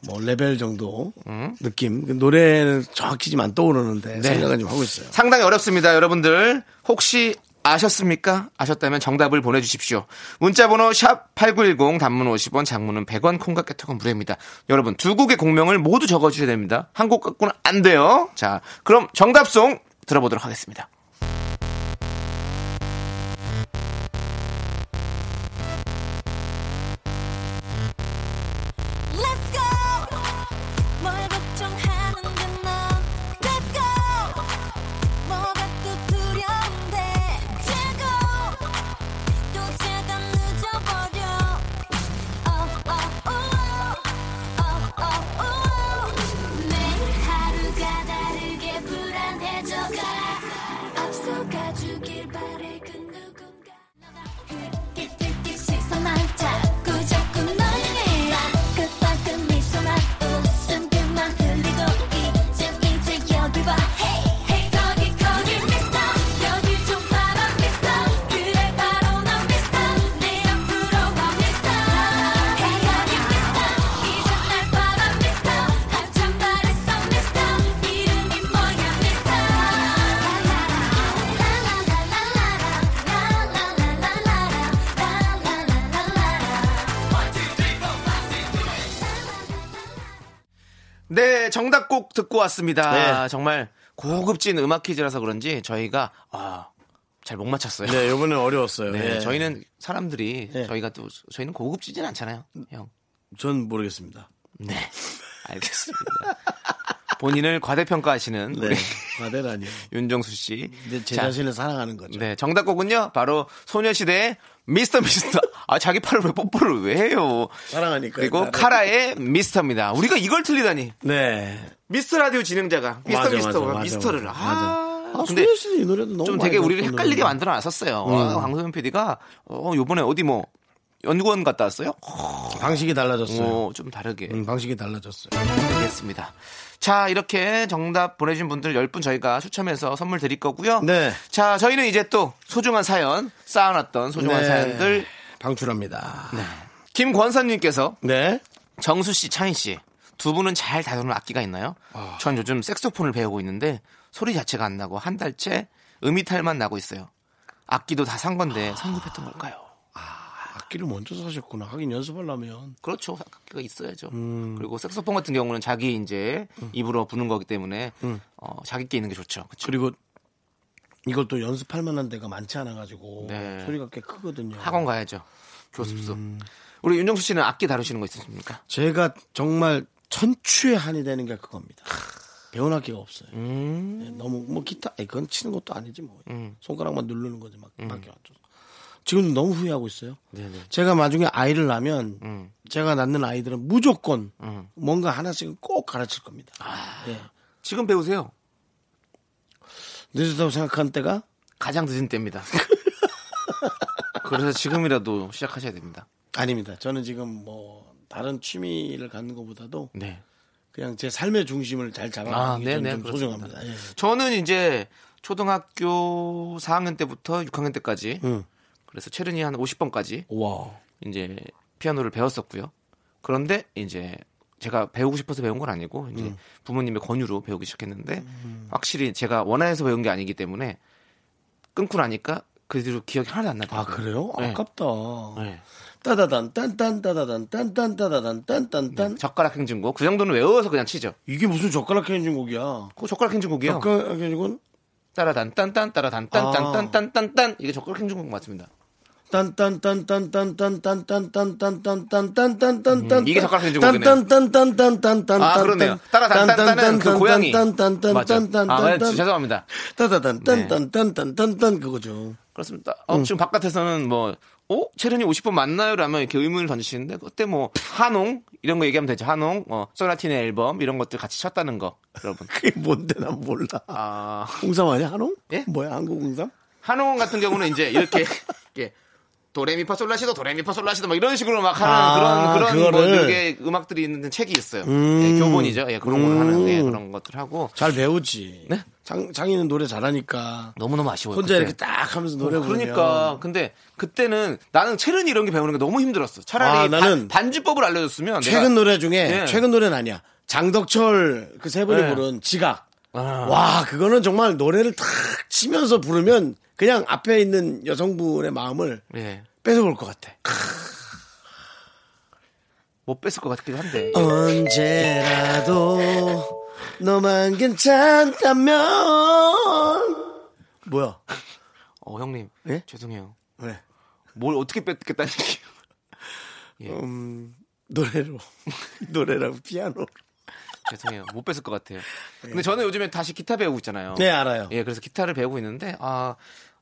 [SPEAKER 1] 뭐 레벨 정도
[SPEAKER 2] 음.
[SPEAKER 1] 느낌. 그 노래는 정확히지만 안 떠오르는데
[SPEAKER 2] 네.
[SPEAKER 1] 생각은 좀 하고 있어요.
[SPEAKER 2] 상당히 어렵습니다, 여러분들. 혹시 아셨습니까? 아셨다면 정답을 보내주십시오. 문자번호 샵8910 단문 50원, 장문은 100원, 콩과 깨톡은 무료입니다. 여러분, 두 곡의 공명을 모두 적어주셔야 됩니다. 한 곡 갖고는 안 돼요. 자, 그럼 정답송 들어보도록 하겠습니다.
[SPEAKER 10] Let's go 뭘 걱정하는데 넌 Let's go 뭐가 또 두려운데 최고 또 제가 늦어버려 Oh oh oh Oh oh oh 매일 하루가 다르게 불안해져가 앞서가주길 바래 그 누군가 띠띠띠 시선만 자꾸 자꾸 너에게 따끈따끈 미소만 웃음들만 흘리고 이제 이제 여길 봐 헤이 헤이 거기 거기 미스터 여길 좀 봐라 미스터 그래 바로 넌 미스터 내 앞으로 와 미스터 헤이 거기 미스터 이제 날 봐라 미스터 한참 바랬어 미스터 이름이 뭐야
[SPEAKER 2] 네, 정답 곡 듣고 왔습니다.
[SPEAKER 1] 네.
[SPEAKER 2] 정말 고급진 음악 퀴즈라서 그런지 저희가, 아, 잘 못 맞췄어요.
[SPEAKER 1] 네, 요번엔 어려웠어요.
[SPEAKER 2] 네,
[SPEAKER 1] 예.
[SPEAKER 2] 저희는 사람들이
[SPEAKER 1] 네.
[SPEAKER 2] 저희가 또 저희는 고급지진 않잖아요, 형.
[SPEAKER 1] 전 모르겠습니다.
[SPEAKER 2] 네, 알겠습니다. 본인을 과대평가하시는
[SPEAKER 1] 네.
[SPEAKER 2] 우리
[SPEAKER 1] 과대가 아니에요.
[SPEAKER 2] 윤정수 씨.
[SPEAKER 1] 이제 제
[SPEAKER 2] 자,
[SPEAKER 1] 자신을 사랑하는 거죠.
[SPEAKER 2] 네, 정답곡은요 바로 소녀시대의 미스터 미스터. 아 자기 팔을 왜 뽀뽀를 왜 해요?
[SPEAKER 1] 사랑하니까.
[SPEAKER 2] 그리고 카라의 미스터입니다. 우리가 이걸 틀리다니.
[SPEAKER 1] 네.
[SPEAKER 2] 미스터 라디오 진행자가 미스터
[SPEAKER 1] 맞아,
[SPEAKER 2] 미스터
[SPEAKER 1] 맞아, 맞아,
[SPEAKER 2] 미스터를
[SPEAKER 1] 맞아.
[SPEAKER 2] 아.
[SPEAKER 1] 아,
[SPEAKER 2] 근데
[SPEAKER 1] 소녀 씨이 노래도 너무
[SPEAKER 2] 좀 되게
[SPEAKER 1] 많이 음.
[SPEAKER 2] 우리를
[SPEAKER 1] 들었던 노래인데.
[SPEAKER 2] 헷갈리게 만들어 놨었어요. 아, 강소연 PD가 어 요번에 어디 뭐 연구원 갔다 왔어요?
[SPEAKER 1] 방식이 달라졌어요.
[SPEAKER 2] 어, 좀 다르게.
[SPEAKER 1] 음, 방식이 달라졌어요.
[SPEAKER 2] 알겠습니다. 자, 이렇게 정답 보내주신 분들 10분 저희가 추첨해서 선물 드릴 거고요.
[SPEAKER 1] 네.
[SPEAKER 2] 자, 저희는 이제 또 소중한 사연, 쌓아놨던 소중한
[SPEAKER 1] 네.
[SPEAKER 2] 사연들.
[SPEAKER 1] 방출합니다. 네.
[SPEAKER 2] 김권선님께서 정수씨, 창희씨, 두 분은 잘 다루는 악기가 있나요?
[SPEAKER 1] 아.
[SPEAKER 2] 전 요즘 색소폰을 배우고 있는데 소리 자체가 안 나고 한 달째 음이탈만 나고 있어요. 악기도 다 산
[SPEAKER 1] 아.
[SPEAKER 2] 건데 성급했던 걸까요?
[SPEAKER 1] 악기를 먼저 사셨구나. 하긴 연습하려면.
[SPEAKER 2] 그렇죠. 악기가 있어야죠.
[SPEAKER 1] 음.
[SPEAKER 2] 그리고 색소폰 같은 경우는 자기 이제 입으로 부는 거기 때문에
[SPEAKER 1] 음.
[SPEAKER 2] 어, 자기 게 있는 게 좋죠. 그쵸?
[SPEAKER 1] 그리고 이걸 또 연습할 만한 데가 많지 않아가지고.
[SPEAKER 2] 네.
[SPEAKER 1] 소리가 꽤 크거든요.
[SPEAKER 2] 학원 가야죠. 교습소. 우리 윤정수 씨는 악기 다루시는 거 있으십니까?
[SPEAKER 1] 제가 정말 천추의 한이 되는 게 그겁니다. 배운 악기가 없어요.
[SPEAKER 2] 음.
[SPEAKER 1] 네, 너무 뭐 기타 아니, 그건 치는 것도 아니지 뭐 손가락만 누르는 거지 막
[SPEAKER 2] 음.
[SPEAKER 1] 밖에 왔죠. 지금 너무 후회하고 있어요.
[SPEAKER 2] 네.
[SPEAKER 1] 제가 나중에 아이를 낳으면
[SPEAKER 2] 음.
[SPEAKER 1] 제가 낳는 아이들은 무조건 뭔가 하나씩은 꼭 가르칠 겁니다.
[SPEAKER 2] 아.
[SPEAKER 1] 예.
[SPEAKER 2] 지금 배우세요.
[SPEAKER 1] 늦었다고 생각한 때가
[SPEAKER 2] 가장 늦은 때입니다. 그래서 지금이라도 시작하셔야 됩니다.
[SPEAKER 1] 아닙니다. 저는 지금 뭐 다른 취미를 갖는 것보다도
[SPEAKER 2] 네.
[SPEAKER 1] 그냥 제 삶의 중심을 잘 잡아가는
[SPEAKER 2] 아,
[SPEAKER 1] 게 저는
[SPEAKER 2] 네네,
[SPEAKER 1] 좀
[SPEAKER 2] 그렇습니다.
[SPEAKER 1] 소중합니다. 예.
[SPEAKER 2] 저는 이제 초등학교 4학년 때부터 6학년 때까지 그래서 체르니 한 50번까지
[SPEAKER 1] 와.
[SPEAKER 2] 이제 피아노를 배웠었고요. 그런데 이제 제가 배우고 싶어서 배운 건 아니고 이제
[SPEAKER 1] 음.
[SPEAKER 2] 부모님의 권유로 배우기 시작했는데 확실히 제가 원하여서 배운 게 아니기 때문에 끊고 나니까 그 뒤로 기억이 하나도 안 나더라고요.
[SPEAKER 1] 아 그래요?
[SPEAKER 2] 네.
[SPEAKER 1] 아깝다.
[SPEAKER 2] 네.
[SPEAKER 1] 따다단 딴딴 따다단 딴딴 따다단 딴딴 딴
[SPEAKER 2] 젓가락 행진곡 그 정도는 외워서 그냥 치죠.
[SPEAKER 1] 이게 무슨 젓가락 행진 곡이야?
[SPEAKER 2] 그 젓가락 행진곡이요.
[SPEAKER 1] 젓가락 행진곡은
[SPEAKER 2] 따라 단딴딴 따라 단딴
[SPEAKER 1] 아.
[SPEAKER 2] 딴딴딴딴딴 이게 젓가락 행진곡 맞습니다.
[SPEAKER 1] 딴딴딴딴딴딴딴딴딴딴딴딴딴딴딴딴
[SPEAKER 2] 이게 젓가락 행진 곡이네요.
[SPEAKER 1] 딴딴딴딴딴딴딴딴
[SPEAKER 2] 아 그러네요. 따라 단딴딴은 그 고양이 맞죠. 아 네,
[SPEAKER 1] 딴딴딴딴딴딴딴딴딴
[SPEAKER 2] 죄송합니다.
[SPEAKER 1] 따다단 딴딴딴딴딴딴 그거죠.
[SPEAKER 2] 그렇습니다. 어, 지금 바깥에서는 뭐, 어? 체르니 50번 맞나요? 라면 이렇게 의문을 던지시는데, 그때 뭐, 한홍? 이런 거 얘기하면 되죠. 한홍, 어, 소나틴의 앨범, 이런 것들 같이 쳤다는 거, 여러분.
[SPEAKER 1] 그게 뭔데 난 몰라.
[SPEAKER 2] 아,
[SPEAKER 1] 홍삼 아니야 한홍?
[SPEAKER 2] 예?
[SPEAKER 1] 뭐야 한국 홍삼?
[SPEAKER 2] 한홍 같은 경우는 이제 이렇게, 이렇게 도레미파솔라시도 도레미파솔라시도 막 이런 식으로 막 하는
[SPEAKER 1] 아,
[SPEAKER 2] 그런 그런 뭐
[SPEAKER 1] 그거를.
[SPEAKER 2] 되게 음악들이 있는 책이 있어요.
[SPEAKER 1] 음.
[SPEAKER 2] 예, 교본이죠. 예, 그런 걸 하는 예,
[SPEAKER 1] 음.
[SPEAKER 2] 그런 것들 하고
[SPEAKER 1] 잘 배우지. 장, 장인은 노래 잘하니까.
[SPEAKER 2] 너무너무 아쉬워요.
[SPEAKER 1] 혼자
[SPEAKER 2] 그때.
[SPEAKER 1] 이렇게 딱 하면서 노래
[SPEAKER 2] 어,
[SPEAKER 1] 부르면.
[SPEAKER 2] 그러니까 근데 그때는 나는 체른 이런 게 배우는 게 너무 힘들었어. 차라리
[SPEAKER 1] 아, 나는
[SPEAKER 2] 반, 반주법을 알려줬으면
[SPEAKER 1] 최근
[SPEAKER 2] 내가-
[SPEAKER 1] 노래 중에
[SPEAKER 2] 예.
[SPEAKER 1] 최근 노래는 아니야. 장덕철 그 세 분이
[SPEAKER 2] 네.
[SPEAKER 1] 부른 지각.
[SPEAKER 2] 아.
[SPEAKER 1] 와 그거는 정말 노래를 탁 치면서 부르면 그냥 앞에 있는 여성분의 마음을
[SPEAKER 2] 예.
[SPEAKER 1] 뺏어볼 것 같아.
[SPEAKER 2] 못 뺐을 것 같기도 한데.
[SPEAKER 1] 언제라도 너만 괜찮다면 뭐야?
[SPEAKER 2] 어 형님 죄송해요.
[SPEAKER 1] 왜?
[SPEAKER 2] 뭘 어떻게 뺐겠다는 얘기예요. 예.
[SPEAKER 1] 음, 노래로 노래랑 피아노.
[SPEAKER 2] 죄송해요. 못 뺐을 것 같아요. 근데 저는 요즘에 다시 기타 배우고 있잖아요.
[SPEAKER 1] 네, 알아요.
[SPEAKER 2] 예, 그래서 기타를 배우고 있는데, 아,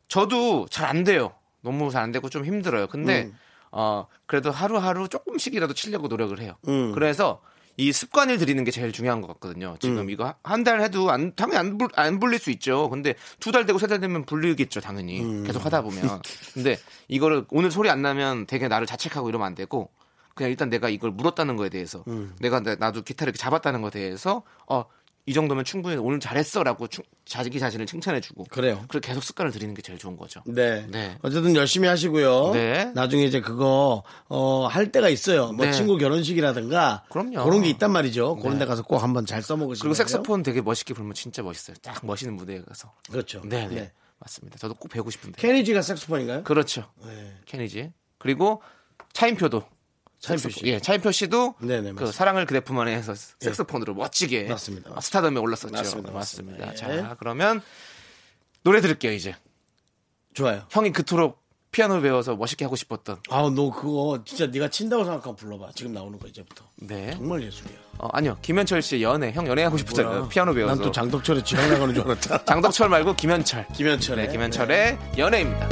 [SPEAKER 2] 저도 잘 안 돼요. 너무 잘 안 되고 좀 힘들어요. 근데,
[SPEAKER 1] 음.
[SPEAKER 2] 어, 그래도 하루하루 조금씩이라도 치려고 노력을 해요.
[SPEAKER 1] 음.
[SPEAKER 2] 그래서 이 습관을 들이는 게 제일 중요한 것 같거든요. 지금
[SPEAKER 1] 음.
[SPEAKER 2] 이거 한 달 해도 안, 당연히 안, 불, 안 불릴 수 있죠. 근데 두 달 되고 세 달 되면 불리겠죠, 당연히.
[SPEAKER 1] 음.
[SPEAKER 2] 계속 하다 보면. 근데 이거를 오늘 소리 안 나면 되게 나를 자책하고 이러면 안 되고, 그냥 일단 내가 이걸 물었다는 거에 대해서
[SPEAKER 1] 음.
[SPEAKER 2] 내가 나- 나도 기타를 이렇게 잡았다는 거에 대해서 어 이 정도면 충분히 오늘 잘했어라고 충, 자기 자신을 칭찬해주고
[SPEAKER 1] 그래요.
[SPEAKER 2] 그래 계속 습관을 들이는 게 제일 좋은 거죠.
[SPEAKER 1] 네.
[SPEAKER 2] 네.
[SPEAKER 1] 어쨌든 열심히 하시고요.
[SPEAKER 2] 네.
[SPEAKER 1] 나중에 이제 그거 어, 할 때가 있어요. 뭐
[SPEAKER 2] 네.
[SPEAKER 1] 친구 결혼식이라든가
[SPEAKER 2] 그럼요. 네.
[SPEAKER 1] 그런 게 있단 말이죠. 그런 데 가서 꼭 한번 잘 써먹으시고
[SPEAKER 2] 그리고 색소폰 되게 멋있게 불면 진짜 멋있어요. 딱 멋있는 무대에 가서.
[SPEAKER 1] 그렇죠.
[SPEAKER 2] 네, 네.
[SPEAKER 1] 네.
[SPEAKER 2] 맞습니다. 저도 꼭 배우고 싶은데.
[SPEAKER 1] 케니지가 색소폰인가요? 네.
[SPEAKER 2] 그렇죠. 케니지. 그리고 차인표도.
[SPEAKER 1] 차인표
[SPEAKER 2] 색소-
[SPEAKER 1] 씨.
[SPEAKER 2] 예, 차인표 씨도
[SPEAKER 1] 네, 네,
[SPEAKER 2] 그
[SPEAKER 1] 맞습니다. 예.
[SPEAKER 2] 사랑을 그대품 안에 해서 색소폰으로 멋지게
[SPEAKER 1] 맞습니다.
[SPEAKER 2] 스타덤에 올랐었죠.
[SPEAKER 1] 맞습니다, 예.
[SPEAKER 2] 맞습니다.
[SPEAKER 1] 맞습니다.
[SPEAKER 2] 자, 그러면 노래 들을게요, 이제.
[SPEAKER 1] 좋아요.
[SPEAKER 2] 형이 그토록 피아노 배워서 멋있게 하고 싶었던.
[SPEAKER 1] 아우 너 그거 진짜 네가 친다고 생각하면 불러봐. 지금 나오는 거 이제부터.
[SPEAKER 2] 네.
[SPEAKER 1] 정말 예술이야.
[SPEAKER 2] 어, 아니요. 김현철 씨 연애. 형 연애하고 싶었잖아요.
[SPEAKER 1] 뭐야.
[SPEAKER 2] 그 피아노 배워서. 그렇죠.
[SPEAKER 1] 난또 장덕철의 지각 나가는 줄 알았다.
[SPEAKER 2] 장덕철 말고 김현철.
[SPEAKER 1] 김현철의
[SPEAKER 2] 네, 김현철의 연애입니다.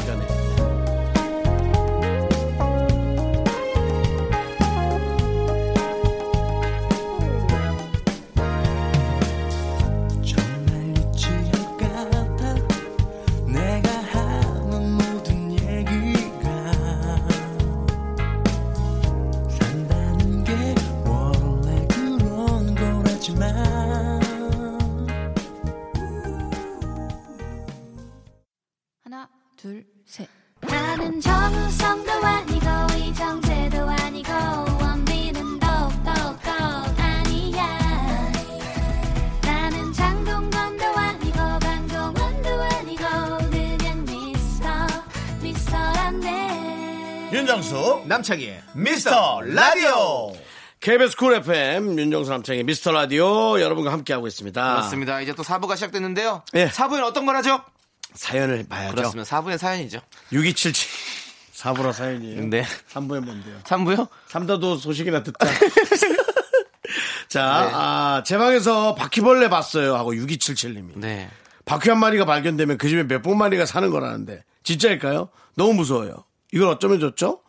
[SPEAKER 3] 정말 미칠 것 같아 내가 하는 모든 얘기가 산다는 게 원래 그런 거라지만
[SPEAKER 9] 하나, 둘, 셋.
[SPEAKER 10] 나는 정우성도 아니고 이정재도 아니고 원빈은 더욱더 아니야 나는 장동건도 아니고 강동원도 아니고 그냥 미스터 미스터란데
[SPEAKER 11] 윤정수 남창희의 미스터 라디오
[SPEAKER 1] KBS 쿨 FM 윤정수 남창의 미스터 라디오 여러분과 함께하고 있습니다.
[SPEAKER 2] 맞습니다. 이제 또 4부가 시작됐는데요.
[SPEAKER 1] 아. 예.
[SPEAKER 2] 4부엔 어떤 걸 하죠?
[SPEAKER 1] 사연을 봐야죠.
[SPEAKER 2] 그렇습니다. 4부엔 사연이죠.
[SPEAKER 1] 6277 4부라 사연이에요.
[SPEAKER 2] 네.
[SPEAKER 1] 3부에 뭔데요?
[SPEAKER 2] 3부요?
[SPEAKER 1] 삼다도 소식이나 듣자. 자,
[SPEAKER 2] 네.
[SPEAKER 1] 아, 제 방에서 바퀴벌레 봤어요 하고 6277님이.
[SPEAKER 2] 네.
[SPEAKER 1] 바퀴 한 마리가 발견되면 그 집에 몇 백 마리가 사는 거라는데 진짜일까요? 너무 무서워요. 이걸 어쩌면 좋죠?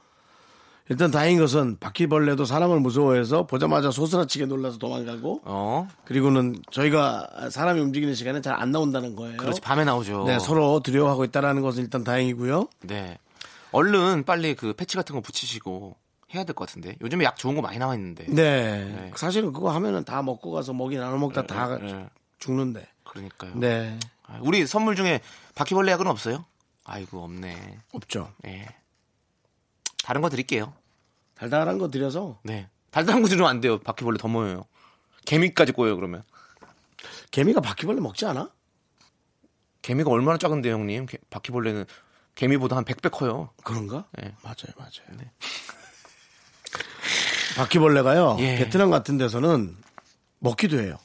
[SPEAKER 1] 일단 다행인 것은 바퀴벌레도 사람을 무서워해서 보자마자 소스라치게 놀라서 도망가고
[SPEAKER 2] 어.
[SPEAKER 1] 그리고는 저희가 사람이 움직이는 시간에 잘 안 나온다는 거예요.
[SPEAKER 2] 그렇지. 밤에 나오죠.
[SPEAKER 1] 네, 서로 두려워하고 있다라는 것은 일단 다행이고요.
[SPEAKER 2] 네. 얼른 빨리 그 패치 같은 거 붙이시고 해야 될 것 같은데. 요즘에 약 좋은 거 많이 나와 있는데.
[SPEAKER 1] 네.
[SPEAKER 2] 네.
[SPEAKER 1] 사실은 그거 하면은 다 먹고 가서 먹이 나눠 먹다 다
[SPEAKER 2] 네.
[SPEAKER 1] 죽는데.
[SPEAKER 2] 그러니까요.
[SPEAKER 1] 네.
[SPEAKER 2] 아, 우리 선물 중에 바퀴벌레 약은 없어요? 아이고, 없네.
[SPEAKER 1] 없죠.
[SPEAKER 2] 예. 다른 거 드릴게요.
[SPEAKER 1] 달달한 거 드려서
[SPEAKER 2] 네. 달달한 거 주면 안 돼요. 바퀴벌레 더 모여요. 개미까지 꼬여요, 그러면.
[SPEAKER 1] 개미가 바퀴벌레 먹지 않아?
[SPEAKER 2] 개미가 얼마나 작은데 형님? 개- 바퀴벌레는 개미보다 한 100배 커요.
[SPEAKER 1] 그런가?
[SPEAKER 2] 예.
[SPEAKER 1] 맞아요, 맞아요. 바퀴벌레가요.
[SPEAKER 2] 예.
[SPEAKER 1] 베트남 같은 데서는 먹기도 해요.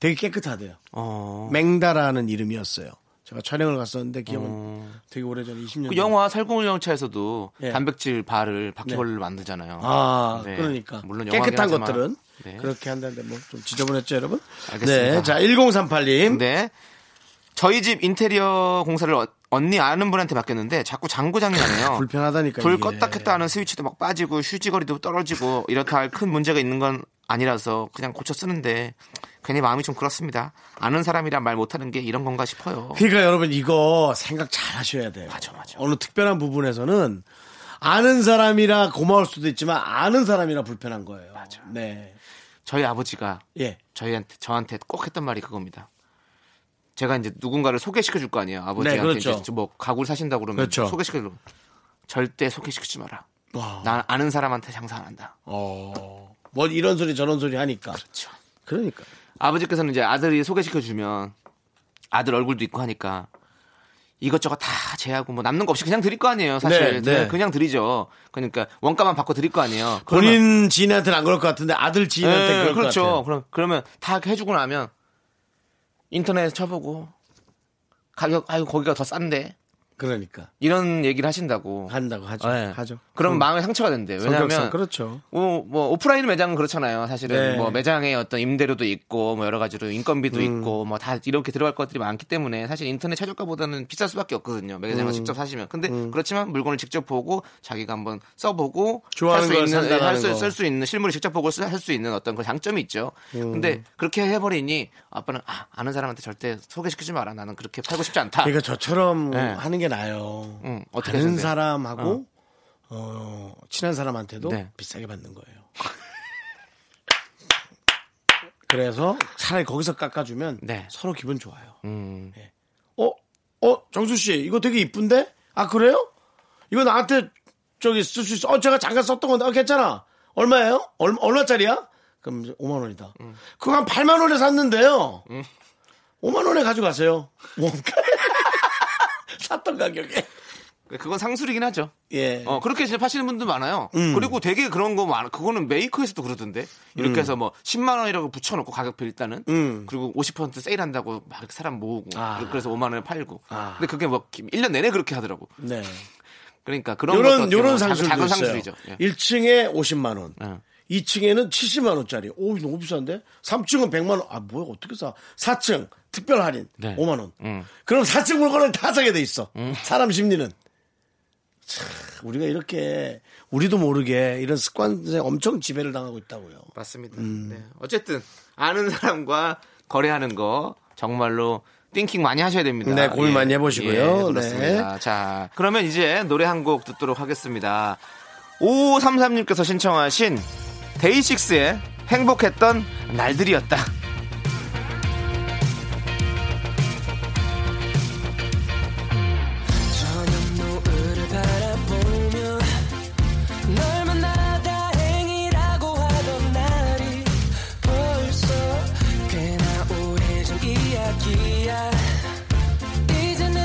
[SPEAKER 1] 되게 깨끗하대요.
[SPEAKER 2] 어.
[SPEAKER 1] 맹다라는 이름이었어요. 제가 촬영을 갔었는데 기억은 되게 오래전 20년.
[SPEAKER 2] 어. 그 영화 살구물 영차에서도
[SPEAKER 1] 예.
[SPEAKER 2] 단백질 바를 바퀴벌레로 만들잖아요.
[SPEAKER 1] 아,
[SPEAKER 2] 네.
[SPEAKER 1] 그러니까.
[SPEAKER 2] 물론 영화긴
[SPEAKER 1] 깨끗한
[SPEAKER 2] 하지만.
[SPEAKER 1] 것들은
[SPEAKER 2] 네.
[SPEAKER 1] 그렇게 한다는데 뭐 좀 지저분했죠, 여러분?
[SPEAKER 2] 알겠습니다.
[SPEAKER 1] 네. 자, 1038님.
[SPEAKER 2] 네. 저희 집 인테리어 공사를 어- 언니 아는 분한테 맡겼는데 자꾸 장고장이 나네요.
[SPEAKER 1] 불편하다니까.
[SPEAKER 2] 어. 불
[SPEAKER 1] 그러니까 이게.
[SPEAKER 2] 껐다 켰다 하는 스위치도 막 빠지고 휴지거리도 떨어지고 이렇게 할 큰 문제가 있는 건 아니라서 그냥 고쳐 쓰는데 괜히 마음이 좀 그렇습니다. 아는 사람이란 말 못하는 게 이런 건가 싶어요.
[SPEAKER 1] 그러니까 여러분 이거 생각 잘 하셔야 돼요.
[SPEAKER 2] 맞아, 맞아.
[SPEAKER 1] 어느 특별한 부분에서는 아는 사람이라 고마울 수도 있지만 아는 사람이라 불편한 거예요. 맞아. 네.
[SPEAKER 2] 저희 아버지가
[SPEAKER 1] 예.
[SPEAKER 2] 저희한테 저한테 꼭 했던 말이 그겁니다. 제가 이제 누군가를 소개시켜 줄 거 아니에요. 아버지한테
[SPEAKER 1] 네, 그렇죠.
[SPEAKER 2] 이제 뭐 가구를 사신다 고 그러면
[SPEAKER 1] 그렇죠.
[SPEAKER 2] 소개시켜 줄 절대 소개시키지 마라.
[SPEAKER 1] 와.
[SPEAKER 2] 난 아는 사람한테 장사 안 한다.
[SPEAKER 1] 어. 뭐 이런 소리 저런 소리 하니까. 그렇죠. 그러니까.
[SPEAKER 2] 아버지께서는 이제 아들이 소개시켜 주면 아들 얼굴도 있고 하니까 이것저것 다 제하고 뭐 남는 거 없이 그냥 드릴 거 아니에요. 사실
[SPEAKER 1] 네, 네.
[SPEAKER 2] 그냥 드리죠. 그러니까 원가만 받고 드릴 거 아니에요. 그러면-
[SPEAKER 1] 본인 지인한테는 안 그럴 것 같은데 아들 지인한테
[SPEAKER 2] 예,
[SPEAKER 1] 네, 그럴
[SPEAKER 2] 그렇죠.
[SPEAKER 1] 것 같아요.
[SPEAKER 2] 그럼 그러면 다 해주고 나면 인터넷에 쳐보고 가격 아유 거기가 더 싼데
[SPEAKER 1] 그러니까.
[SPEAKER 2] 이런 얘기를 하신다고
[SPEAKER 1] 한다고 하죠.
[SPEAKER 2] 네.
[SPEAKER 1] 하죠. 음.
[SPEAKER 2] 그러면 마음에 상처가 된대요.
[SPEAKER 1] 성격상
[SPEAKER 2] 왜냐하면
[SPEAKER 1] 그렇죠.
[SPEAKER 2] 어, 뭐 오프라인 매장은 그렇잖아요. 사실은
[SPEAKER 1] 네.
[SPEAKER 2] 뭐 매장에 어떤 임대료도 있고 뭐 여러 가지로 인건비도
[SPEAKER 1] 음.
[SPEAKER 2] 있고 뭐 다 이렇게 들어갈 것들이 많기 때문에 사실 인터넷 최저가보다는 비쌀 수밖에 없거든요. 매장을
[SPEAKER 1] 음.
[SPEAKER 2] 직접 사시면. 근데 그렇지만 물건을 직접 보고 자기가 한번 써보고
[SPEAKER 1] 좋아하는
[SPEAKER 2] 살수
[SPEAKER 1] 걸
[SPEAKER 2] 있는
[SPEAKER 1] 산다라는 거.
[SPEAKER 2] 할수쓸 수 있는 실물을 직접 보고 할 수 있는 어떤 그 장점이 있죠.
[SPEAKER 1] 음.
[SPEAKER 2] 근데 그렇게 해버리니 아빠는 아, 아는 사람한테 절대 소개시키지 마라. 나는 그렇게 팔고 싶지 않다.
[SPEAKER 1] 그러니까 저처럼
[SPEAKER 2] 네.
[SPEAKER 1] 하는 게 나아요.
[SPEAKER 2] 음, 어떻게
[SPEAKER 1] 아는
[SPEAKER 2] 하셨는데요?
[SPEAKER 1] 사람하고 어, 친한 사람한테도
[SPEAKER 2] 네.
[SPEAKER 1] 비싸게 받는 거예요. 그래서 차라리 거기서 깎아주면
[SPEAKER 2] 네.
[SPEAKER 1] 서로 기분 좋아요.
[SPEAKER 2] 음.
[SPEAKER 1] 어, 어, 정수 씨, 이거 되게 이쁜데? 아, 그래요? 이거 나한테 저기 쓸 수 있어. 어, 제가 잠깐 썼던 건데, 어, 괜찮아. 얼마예요? 얼마, 얼마짜리야? 그럼 5만원이다.
[SPEAKER 2] 음.
[SPEAKER 1] 그거 한 8만원에 샀는데요. 5만원에 가져가세요. 원가. 샀던 가격에.
[SPEAKER 2] 그건 상술이긴 하죠.
[SPEAKER 1] 예.
[SPEAKER 2] 어, 그렇게 이제 파시는 분도 많아요.
[SPEAKER 1] 음.
[SPEAKER 2] 그리고 되게 그런 거 많아. 그거는 메이커에서도 그러던데. 이렇게
[SPEAKER 1] 음.
[SPEAKER 2] 해서 뭐 10만 원이라고 붙여놓고 가격표 일단은.
[SPEAKER 1] 음.
[SPEAKER 2] 그리고 50% 세일한다고 막 사람 모으고.
[SPEAKER 1] 아.
[SPEAKER 2] 그리고 그래서 5만 원에 팔고.
[SPEAKER 1] 아.
[SPEAKER 2] 근데 그게 뭐 1년 내내 그렇게 하더라고.
[SPEAKER 1] 네.
[SPEAKER 2] 그러니까 그런 것도
[SPEAKER 1] 요런,
[SPEAKER 2] 어떻게
[SPEAKER 1] 요런
[SPEAKER 2] 보면
[SPEAKER 1] 상술도
[SPEAKER 2] 작은
[SPEAKER 1] 있어요.
[SPEAKER 2] 상술이죠. 예.
[SPEAKER 1] 1층에 50만원.
[SPEAKER 2] 예.
[SPEAKER 1] 2층에는 70만 원짜리. 오, 이거 너무 비싼데? 3층은 100만 원. 아, 뭐야, 어떻게 사? 4층 특별 할인
[SPEAKER 2] 네.
[SPEAKER 1] 5만 원.
[SPEAKER 2] 음.
[SPEAKER 1] 그럼 4층 물건을 다 사게 돼 있어. 사람 심리는. 참, 우리가 이렇게 우리도 모르게 이런 습관에 엄청 지배를 당하고 있다고요.
[SPEAKER 2] 맞습니다.
[SPEAKER 1] 음.
[SPEAKER 2] 네. 어쨌든 아는 사람과 거래하는 거 정말로 띵킹 많이 하셔야 됩니다.
[SPEAKER 1] 네, 고민 많이 해보시고요.
[SPEAKER 2] 예, 그렇습니다. 자, 그러면 이제 노래 한 곡 듣도록 하겠습니다. 5533님께서 신청하신 데이식스의 행복했던 날들이었다.
[SPEAKER 3] 노을을 바라보며 널 만나 다행이라고 하던 날이 벌써 꽤나 오래전 이야기야 이제는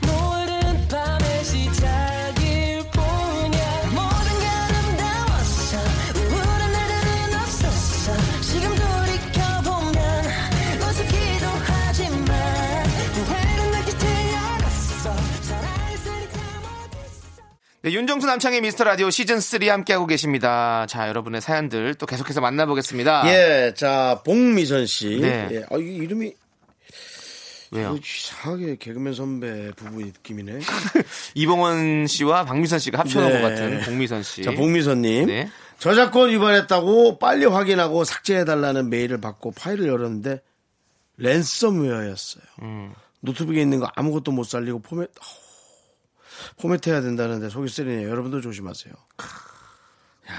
[SPEAKER 3] 모든 밤의 시작일 뿐이야 모든 게 아름다웠어 우울한 날들은 없었어 지금 돌이켜보면 어색기도 하지만 그 후회는 느끼지 않았어 살아있으니까
[SPEAKER 2] 네, 윤정수 남창의 미스터 라디오 시즌 3 함께하고 계십니다. 자, 여러분의 사연들 또 계속해서 만나보겠습니다.
[SPEAKER 1] 예, 자, 봉미선 씨.
[SPEAKER 2] 아. 네.
[SPEAKER 1] 예, 아, 이 이름이 이거
[SPEAKER 2] 왜요?
[SPEAKER 1] 이상하게 개그맨 선배 부부 느낌이네.
[SPEAKER 2] 이봉원 씨와 박미선 씨가 합쳐놓은
[SPEAKER 1] 네.
[SPEAKER 2] 것 같은 복미선 씨.
[SPEAKER 1] 자, 봉미선님.
[SPEAKER 2] 네.
[SPEAKER 1] 저작권 위반했다고 빨리 확인하고 삭제해달라는 메일을 받고 파일을 열었는데 랜섬웨어였어요.
[SPEAKER 2] 음.
[SPEAKER 1] 노트북에 있는 거 아무것도 못 살리고 포맷, 어, 포맷해야 된다는데 속이 쓰리네요. 여러분도 조심하세요. 야,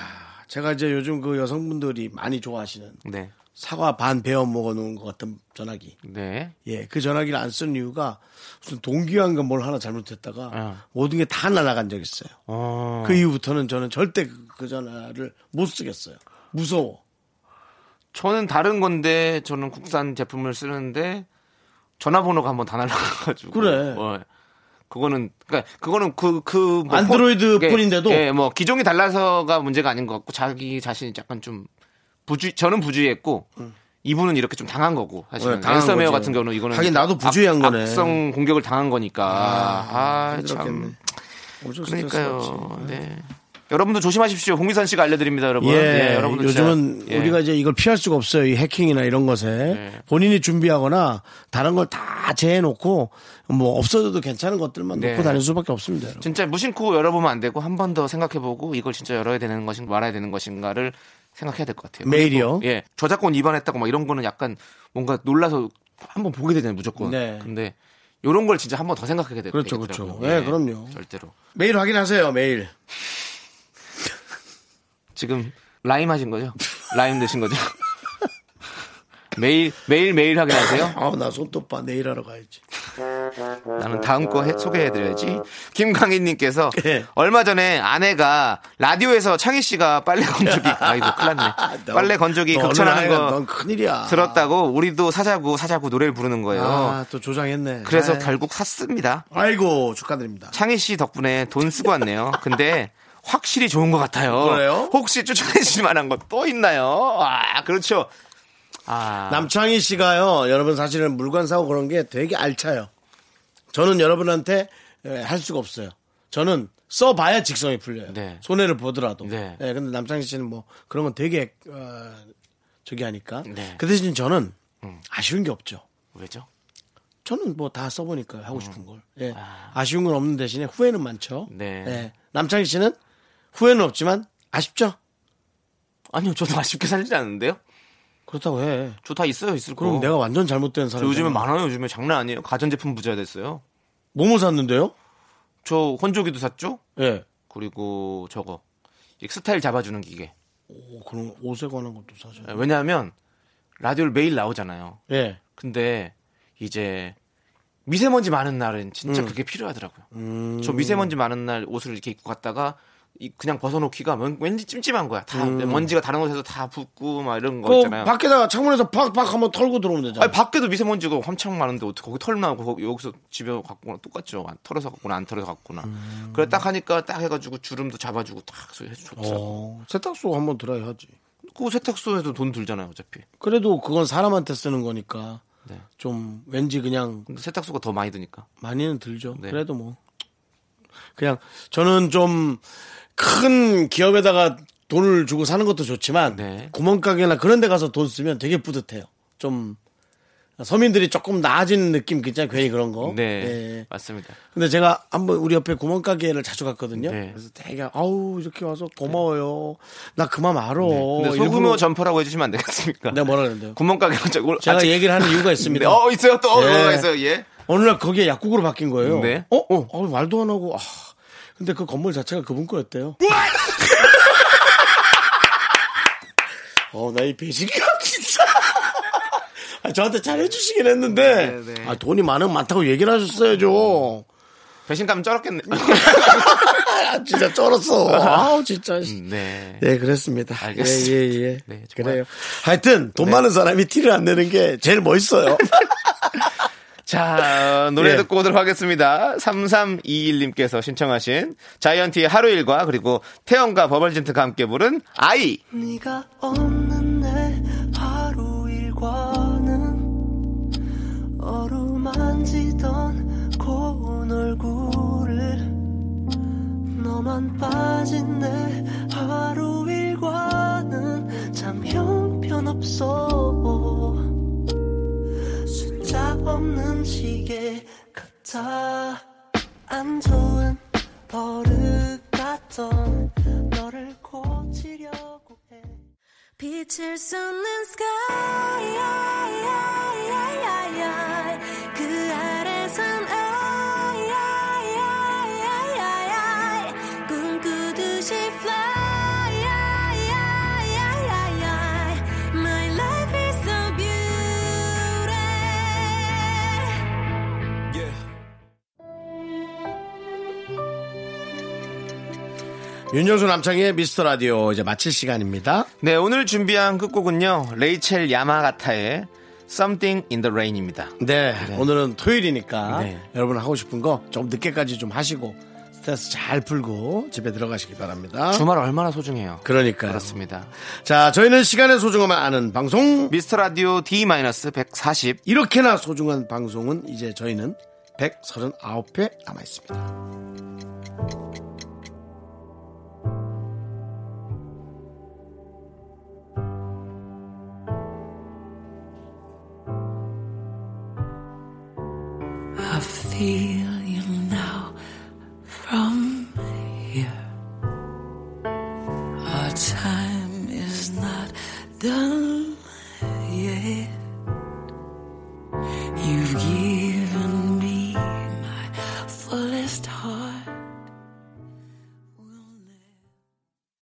[SPEAKER 1] 제가 이제 요즘 그 여성분들이 많이 좋아하시는
[SPEAKER 2] 네.
[SPEAKER 1] 사과 반 베어 먹어놓은 것 같은 전화기.
[SPEAKER 2] 네.
[SPEAKER 1] 예, 그 전화기를 안 쓴 이유가 무슨 동기화인가 뭘 하나 잘못했다가
[SPEAKER 2] 어.
[SPEAKER 1] 모든 게 다 날아간 적 있어요.
[SPEAKER 2] 어.
[SPEAKER 1] 그 이후부터는 저는 절대 그- 그 전화를 못 쓰겠어요. 무서워.
[SPEAKER 2] 저는 다른 건데 저는 국산 제품을 쓰는데 전화번호가 한번 다 날라가가지고
[SPEAKER 1] 그래.
[SPEAKER 2] 어, 그거는 그러니까 그거는 그그 뭐
[SPEAKER 1] 안드로이드 폰인데도?
[SPEAKER 2] 예, 뭐 기종이 달라서가 문제가 아닌 것 같고 자기 자신이 약간 좀 부주 저는 부주의했고 이분은 이렇게 좀 당한 거고 사실은
[SPEAKER 1] 음. 네, 당한 거죠.
[SPEAKER 2] 앤서메어 같은 경우는 이거는
[SPEAKER 1] 하긴 나도 부주의한
[SPEAKER 2] 악,
[SPEAKER 1] 거네.
[SPEAKER 2] 악성 공격을 당한 거니까
[SPEAKER 1] 아, 힘들었겠네.
[SPEAKER 2] 아참
[SPEAKER 1] 엄청 스트레스
[SPEAKER 2] 그러니까요.
[SPEAKER 1] 받지.
[SPEAKER 2] 네. 여러분도 조심하십시오. 홍미선 씨가 알려드립니다, 여러분.
[SPEAKER 1] 예,
[SPEAKER 2] 여러분도 진짜,
[SPEAKER 1] 요즘은
[SPEAKER 2] 예. 네.
[SPEAKER 1] 우리가 이제 이걸 피할 수가 없어요. 이 해킹이나 이런 것에 본인이 준비하거나 다른 걸 다 제해놓고 뭐 없어져도 괜찮은 것들만
[SPEAKER 2] 네.
[SPEAKER 1] 놓고 다닐 수밖에 없습니다. 여러분.
[SPEAKER 2] 진짜 무심코 열어보면 안 되고 한 번 더 생각해보고 이걸 진짜 열어야 되는 것인가 말아야 되는 것인가를 생각해야 될 것 같아요.
[SPEAKER 1] 메일이요?
[SPEAKER 2] 그리고, 예, 저작권 위반했다고 막 이런 거는 약간 뭔가 놀라서 한번 보게 되잖아요 무조건.
[SPEAKER 1] 네.
[SPEAKER 2] 근데 요런 걸 진짜 한 번 더 생각하게 되고
[SPEAKER 1] 그렇죠,
[SPEAKER 2] 되겠더라고요.
[SPEAKER 1] 그렇죠. 예, 그럼요.
[SPEAKER 2] 절대로.
[SPEAKER 1] 매일 확인하세요, 매일.
[SPEAKER 2] 지금 라임 하신 거죠? 라임 되신 거죠? 매일 매일 매일 하게 하세요?
[SPEAKER 1] 아, 나 손톱봐 내일 하러 가야지.
[SPEAKER 2] 네. 나는 다음 거 해- 소개해드려야지. 김강희님께서
[SPEAKER 1] 예.
[SPEAKER 2] 얼마 전에 아내가 라디오에서 창희 씨가 빨래 건조기, 아이고 큰일 났네. 빨래 건조기
[SPEAKER 1] 너
[SPEAKER 2] 극찬하는
[SPEAKER 1] 어느 나이가
[SPEAKER 2] 거
[SPEAKER 1] 넌 큰일이야.
[SPEAKER 2] 들었다고 우리도 사자고 사자고 노래를 부르는 거예요.
[SPEAKER 1] 아, 또 조장했네.
[SPEAKER 2] 그래서
[SPEAKER 1] 아이.
[SPEAKER 2] 결국 샀습니다.
[SPEAKER 1] 아이고 축하드립니다.
[SPEAKER 2] 창희 씨 덕분에 돈 쓰고 왔네요. 근데 확실히 좋은 것 같아요.
[SPEAKER 1] 그래요?
[SPEAKER 2] 혹시 추천해주실 만한 거 또 있나요? 아 그렇죠. 아.
[SPEAKER 1] 남창희 씨가요, 여러분 사실은 물건 사고 그런 게 되게 알차요. 저는 여러분한테 예, 할 수가 없어요. 저는 써봐야 직성이 풀려요.
[SPEAKER 2] 네.
[SPEAKER 1] 손해를 보더라도. 예, 근데 남창희 씨는 뭐 그런 건 되게 어, 저기 하니까.
[SPEAKER 2] 네. 음.
[SPEAKER 1] 그 대신 저는 아쉬운 게 없죠.
[SPEAKER 2] 왜죠?
[SPEAKER 1] 저는 뭐 다 써보니까 하고 싶은 걸. 예. 아쉬운 건 없는 대신에 후회는 많죠.
[SPEAKER 2] 음. 네.
[SPEAKER 1] 예. 남창희 씨는 후회는 없지만 아쉽죠?
[SPEAKER 2] 아니요, 저도 아쉽게 살지 않는데요.
[SPEAKER 1] 그렇다고 해.
[SPEAKER 2] 저 다 있어요, 있을 거.
[SPEAKER 1] 그럼 내가 완전 잘못된
[SPEAKER 2] 저
[SPEAKER 1] 사람.
[SPEAKER 2] 요즘에 많아요. 요즘에 장난 아니에요. 가전제품 부자 됐어요.
[SPEAKER 1] 뭐뭐 샀는데요?
[SPEAKER 2] 저 혼조기도 샀죠.
[SPEAKER 1] 예.
[SPEAKER 2] 그리고 저거 이 스타일 잡아주는 기계.
[SPEAKER 1] 오, 그럼 옷에 관한 것도 사죠.
[SPEAKER 2] 왜냐하면 라디오를 매일 나오잖아요.
[SPEAKER 1] 예.
[SPEAKER 2] 근데 이제 미세먼지 많은 날은 진짜
[SPEAKER 1] 음.
[SPEAKER 2] 그게 필요하더라고요.
[SPEAKER 1] 음.
[SPEAKER 2] 저 미세먼지 많은 날 옷을 이렇게 입고 갔다가 이- 그냥 벗어놓기가 왠- 왠지 찜찜한 거야. 다
[SPEAKER 1] 음.
[SPEAKER 2] 먼지가 다른 옷에서 다 붙고 막 이런 거
[SPEAKER 1] 그
[SPEAKER 2] 뭐 있잖아요.
[SPEAKER 1] 밖에다가 창문에서 팍팍 한번 털고 들어오면 되잖아.
[SPEAKER 2] 아니 밖에도 미세먼지가 엄청 많은데 어떻게 거기 털 나고 거기- 여기서 집에 갖고나 똑같죠. 안 털어서 갖고나 안 털어서 갖고나.
[SPEAKER 1] 음.
[SPEAKER 2] 그래 딱 하니까 딱 해가지고 주름도 잡아주고 딱 해서 좋더라고.
[SPEAKER 1] 어, 세탁소 한번 드라이 하지.
[SPEAKER 2] 그 세탁소에도 돈 들잖아요 어차피. 네.
[SPEAKER 1] 그래도 그건 사람한테 쓰는 거니까 좀 왠지 그냥
[SPEAKER 2] 근데 세탁소가 더 많이 드니까.
[SPEAKER 1] 많이는 들죠.
[SPEAKER 2] 네.
[SPEAKER 1] 그래도 뭐 그냥 저는 좀 큰 기업에다가 돈을 주고 사는 것도 좋지만
[SPEAKER 2] 네.
[SPEAKER 1] 구멍가게나 그런 데 가서 돈 쓰면 되게 뿌듯해요. 좀 서민들이 조금 나아지는 느낌 괜찮아요. 괜히 그런 거.
[SPEAKER 2] 네,
[SPEAKER 1] 예.
[SPEAKER 2] 맞습니다.
[SPEAKER 1] 근데 제가 한번 우리 옆에 구멍가게를 자주 갔거든요.
[SPEAKER 2] 네.
[SPEAKER 1] 그래서 되게 아우 이렇게 와서 고마워요. 나 그만 알아.
[SPEAKER 2] 네. 근데 소규모
[SPEAKER 1] 어, 일부러
[SPEAKER 2] 점퍼라고 해주시면 안 되겠습니까?
[SPEAKER 1] 내가 뭐라 그랬는데요?
[SPEAKER 2] 구멍가게 고 아,
[SPEAKER 1] 제가 얘기를 하는 이유가 있습니다.
[SPEAKER 2] 어 있어요 또
[SPEAKER 1] 예.
[SPEAKER 2] 어, 있어요 예.
[SPEAKER 1] 어느 날 거기에 약국으로 바뀐 거예요.
[SPEAKER 2] 네.
[SPEAKER 1] 어? 어? 어, 말도 안 하고. 아, 근데 그 건물 자체가 그분 거였대요.
[SPEAKER 2] 뭐?
[SPEAKER 1] 어, 나 이 배신감 진짜. 아, 저한테 잘해주시긴 했는데.
[SPEAKER 2] 네,
[SPEAKER 1] 아, 돈이 많으면 많다고 얘기를 하셨어야죠.
[SPEAKER 2] 배신감 쩔었겠네.
[SPEAKER 1] 아, 진짜 쩔었어. 아우, 진짜.
[SPEAKER 2] 네.
[SPEAKER 1] 네, 그랬습니다. 네.
[SPEAKER 2] 알겠습니다.
[SPEAKER 1] 예, 예, 예. 그래요. 하여튼, 돈 많은 사람이 티를 안 내는 게 제일 멋있어요.
[SPEAKER 2] 자, 어, 노래
[SPEAKER 1] 예.
[SPEAKER 2] 듣고 오도록 하겠습니다. 3321님께서 신청하신 자이언티의 하루 일과 그리고 태연과 버벌진트가 함께 부른 아이.
[SPEAKER 12] 네가 없는 내 하루 일과는 어루만지던 고운 얼굴을 너만 빠진 내 하루 일과는 참 형편없어 숫자 없는 시계 같아 안 좋은 버릇 같던 너를 고치려고 해
[SPEAKER 13] 빛을 쏟는 sky 그 아래선
[SPEAKER 12] ah,
[SPEAKER 13] I, I, I, I, I, I. 꿈꾸듯이 fly I, I, I, I, I. My life is so beautiful
[SPEAKER 1] 윤정수 남창희의 미스터 라디오 이제 마칠 시간입니다.
[SPEAKER 2] 네, 오늘 준비한 끝곡은요. 레이첼 야마가타의 Something in the Rain입니다.
[SPEAKER 1] 네, 오늘은 토요일이니까
[SPEAKER 2] 네.
[SPEAKER 1] 여러분 하고 싶은 거 좀 늦게까지 좀 하시고 스트레스 잘 풀고 집에 들어가시기 바랍니다.
[SPEAKER 2] 주말 얼마나 소중해요.
[SPEAKER 1] 그러니까요.
[SPEAKER 2] 그렇습니다.
[SPEAKER 1] 자, 저희는 시간의 소중함을 아는 방송
[SPEAKER 2] 미스터 라디오 D-140
[SPEAKER 1] 이렇게나 소중한 방송은 이제 저희는 139회 남아 있습니다.
[SPEAKER 12] I feel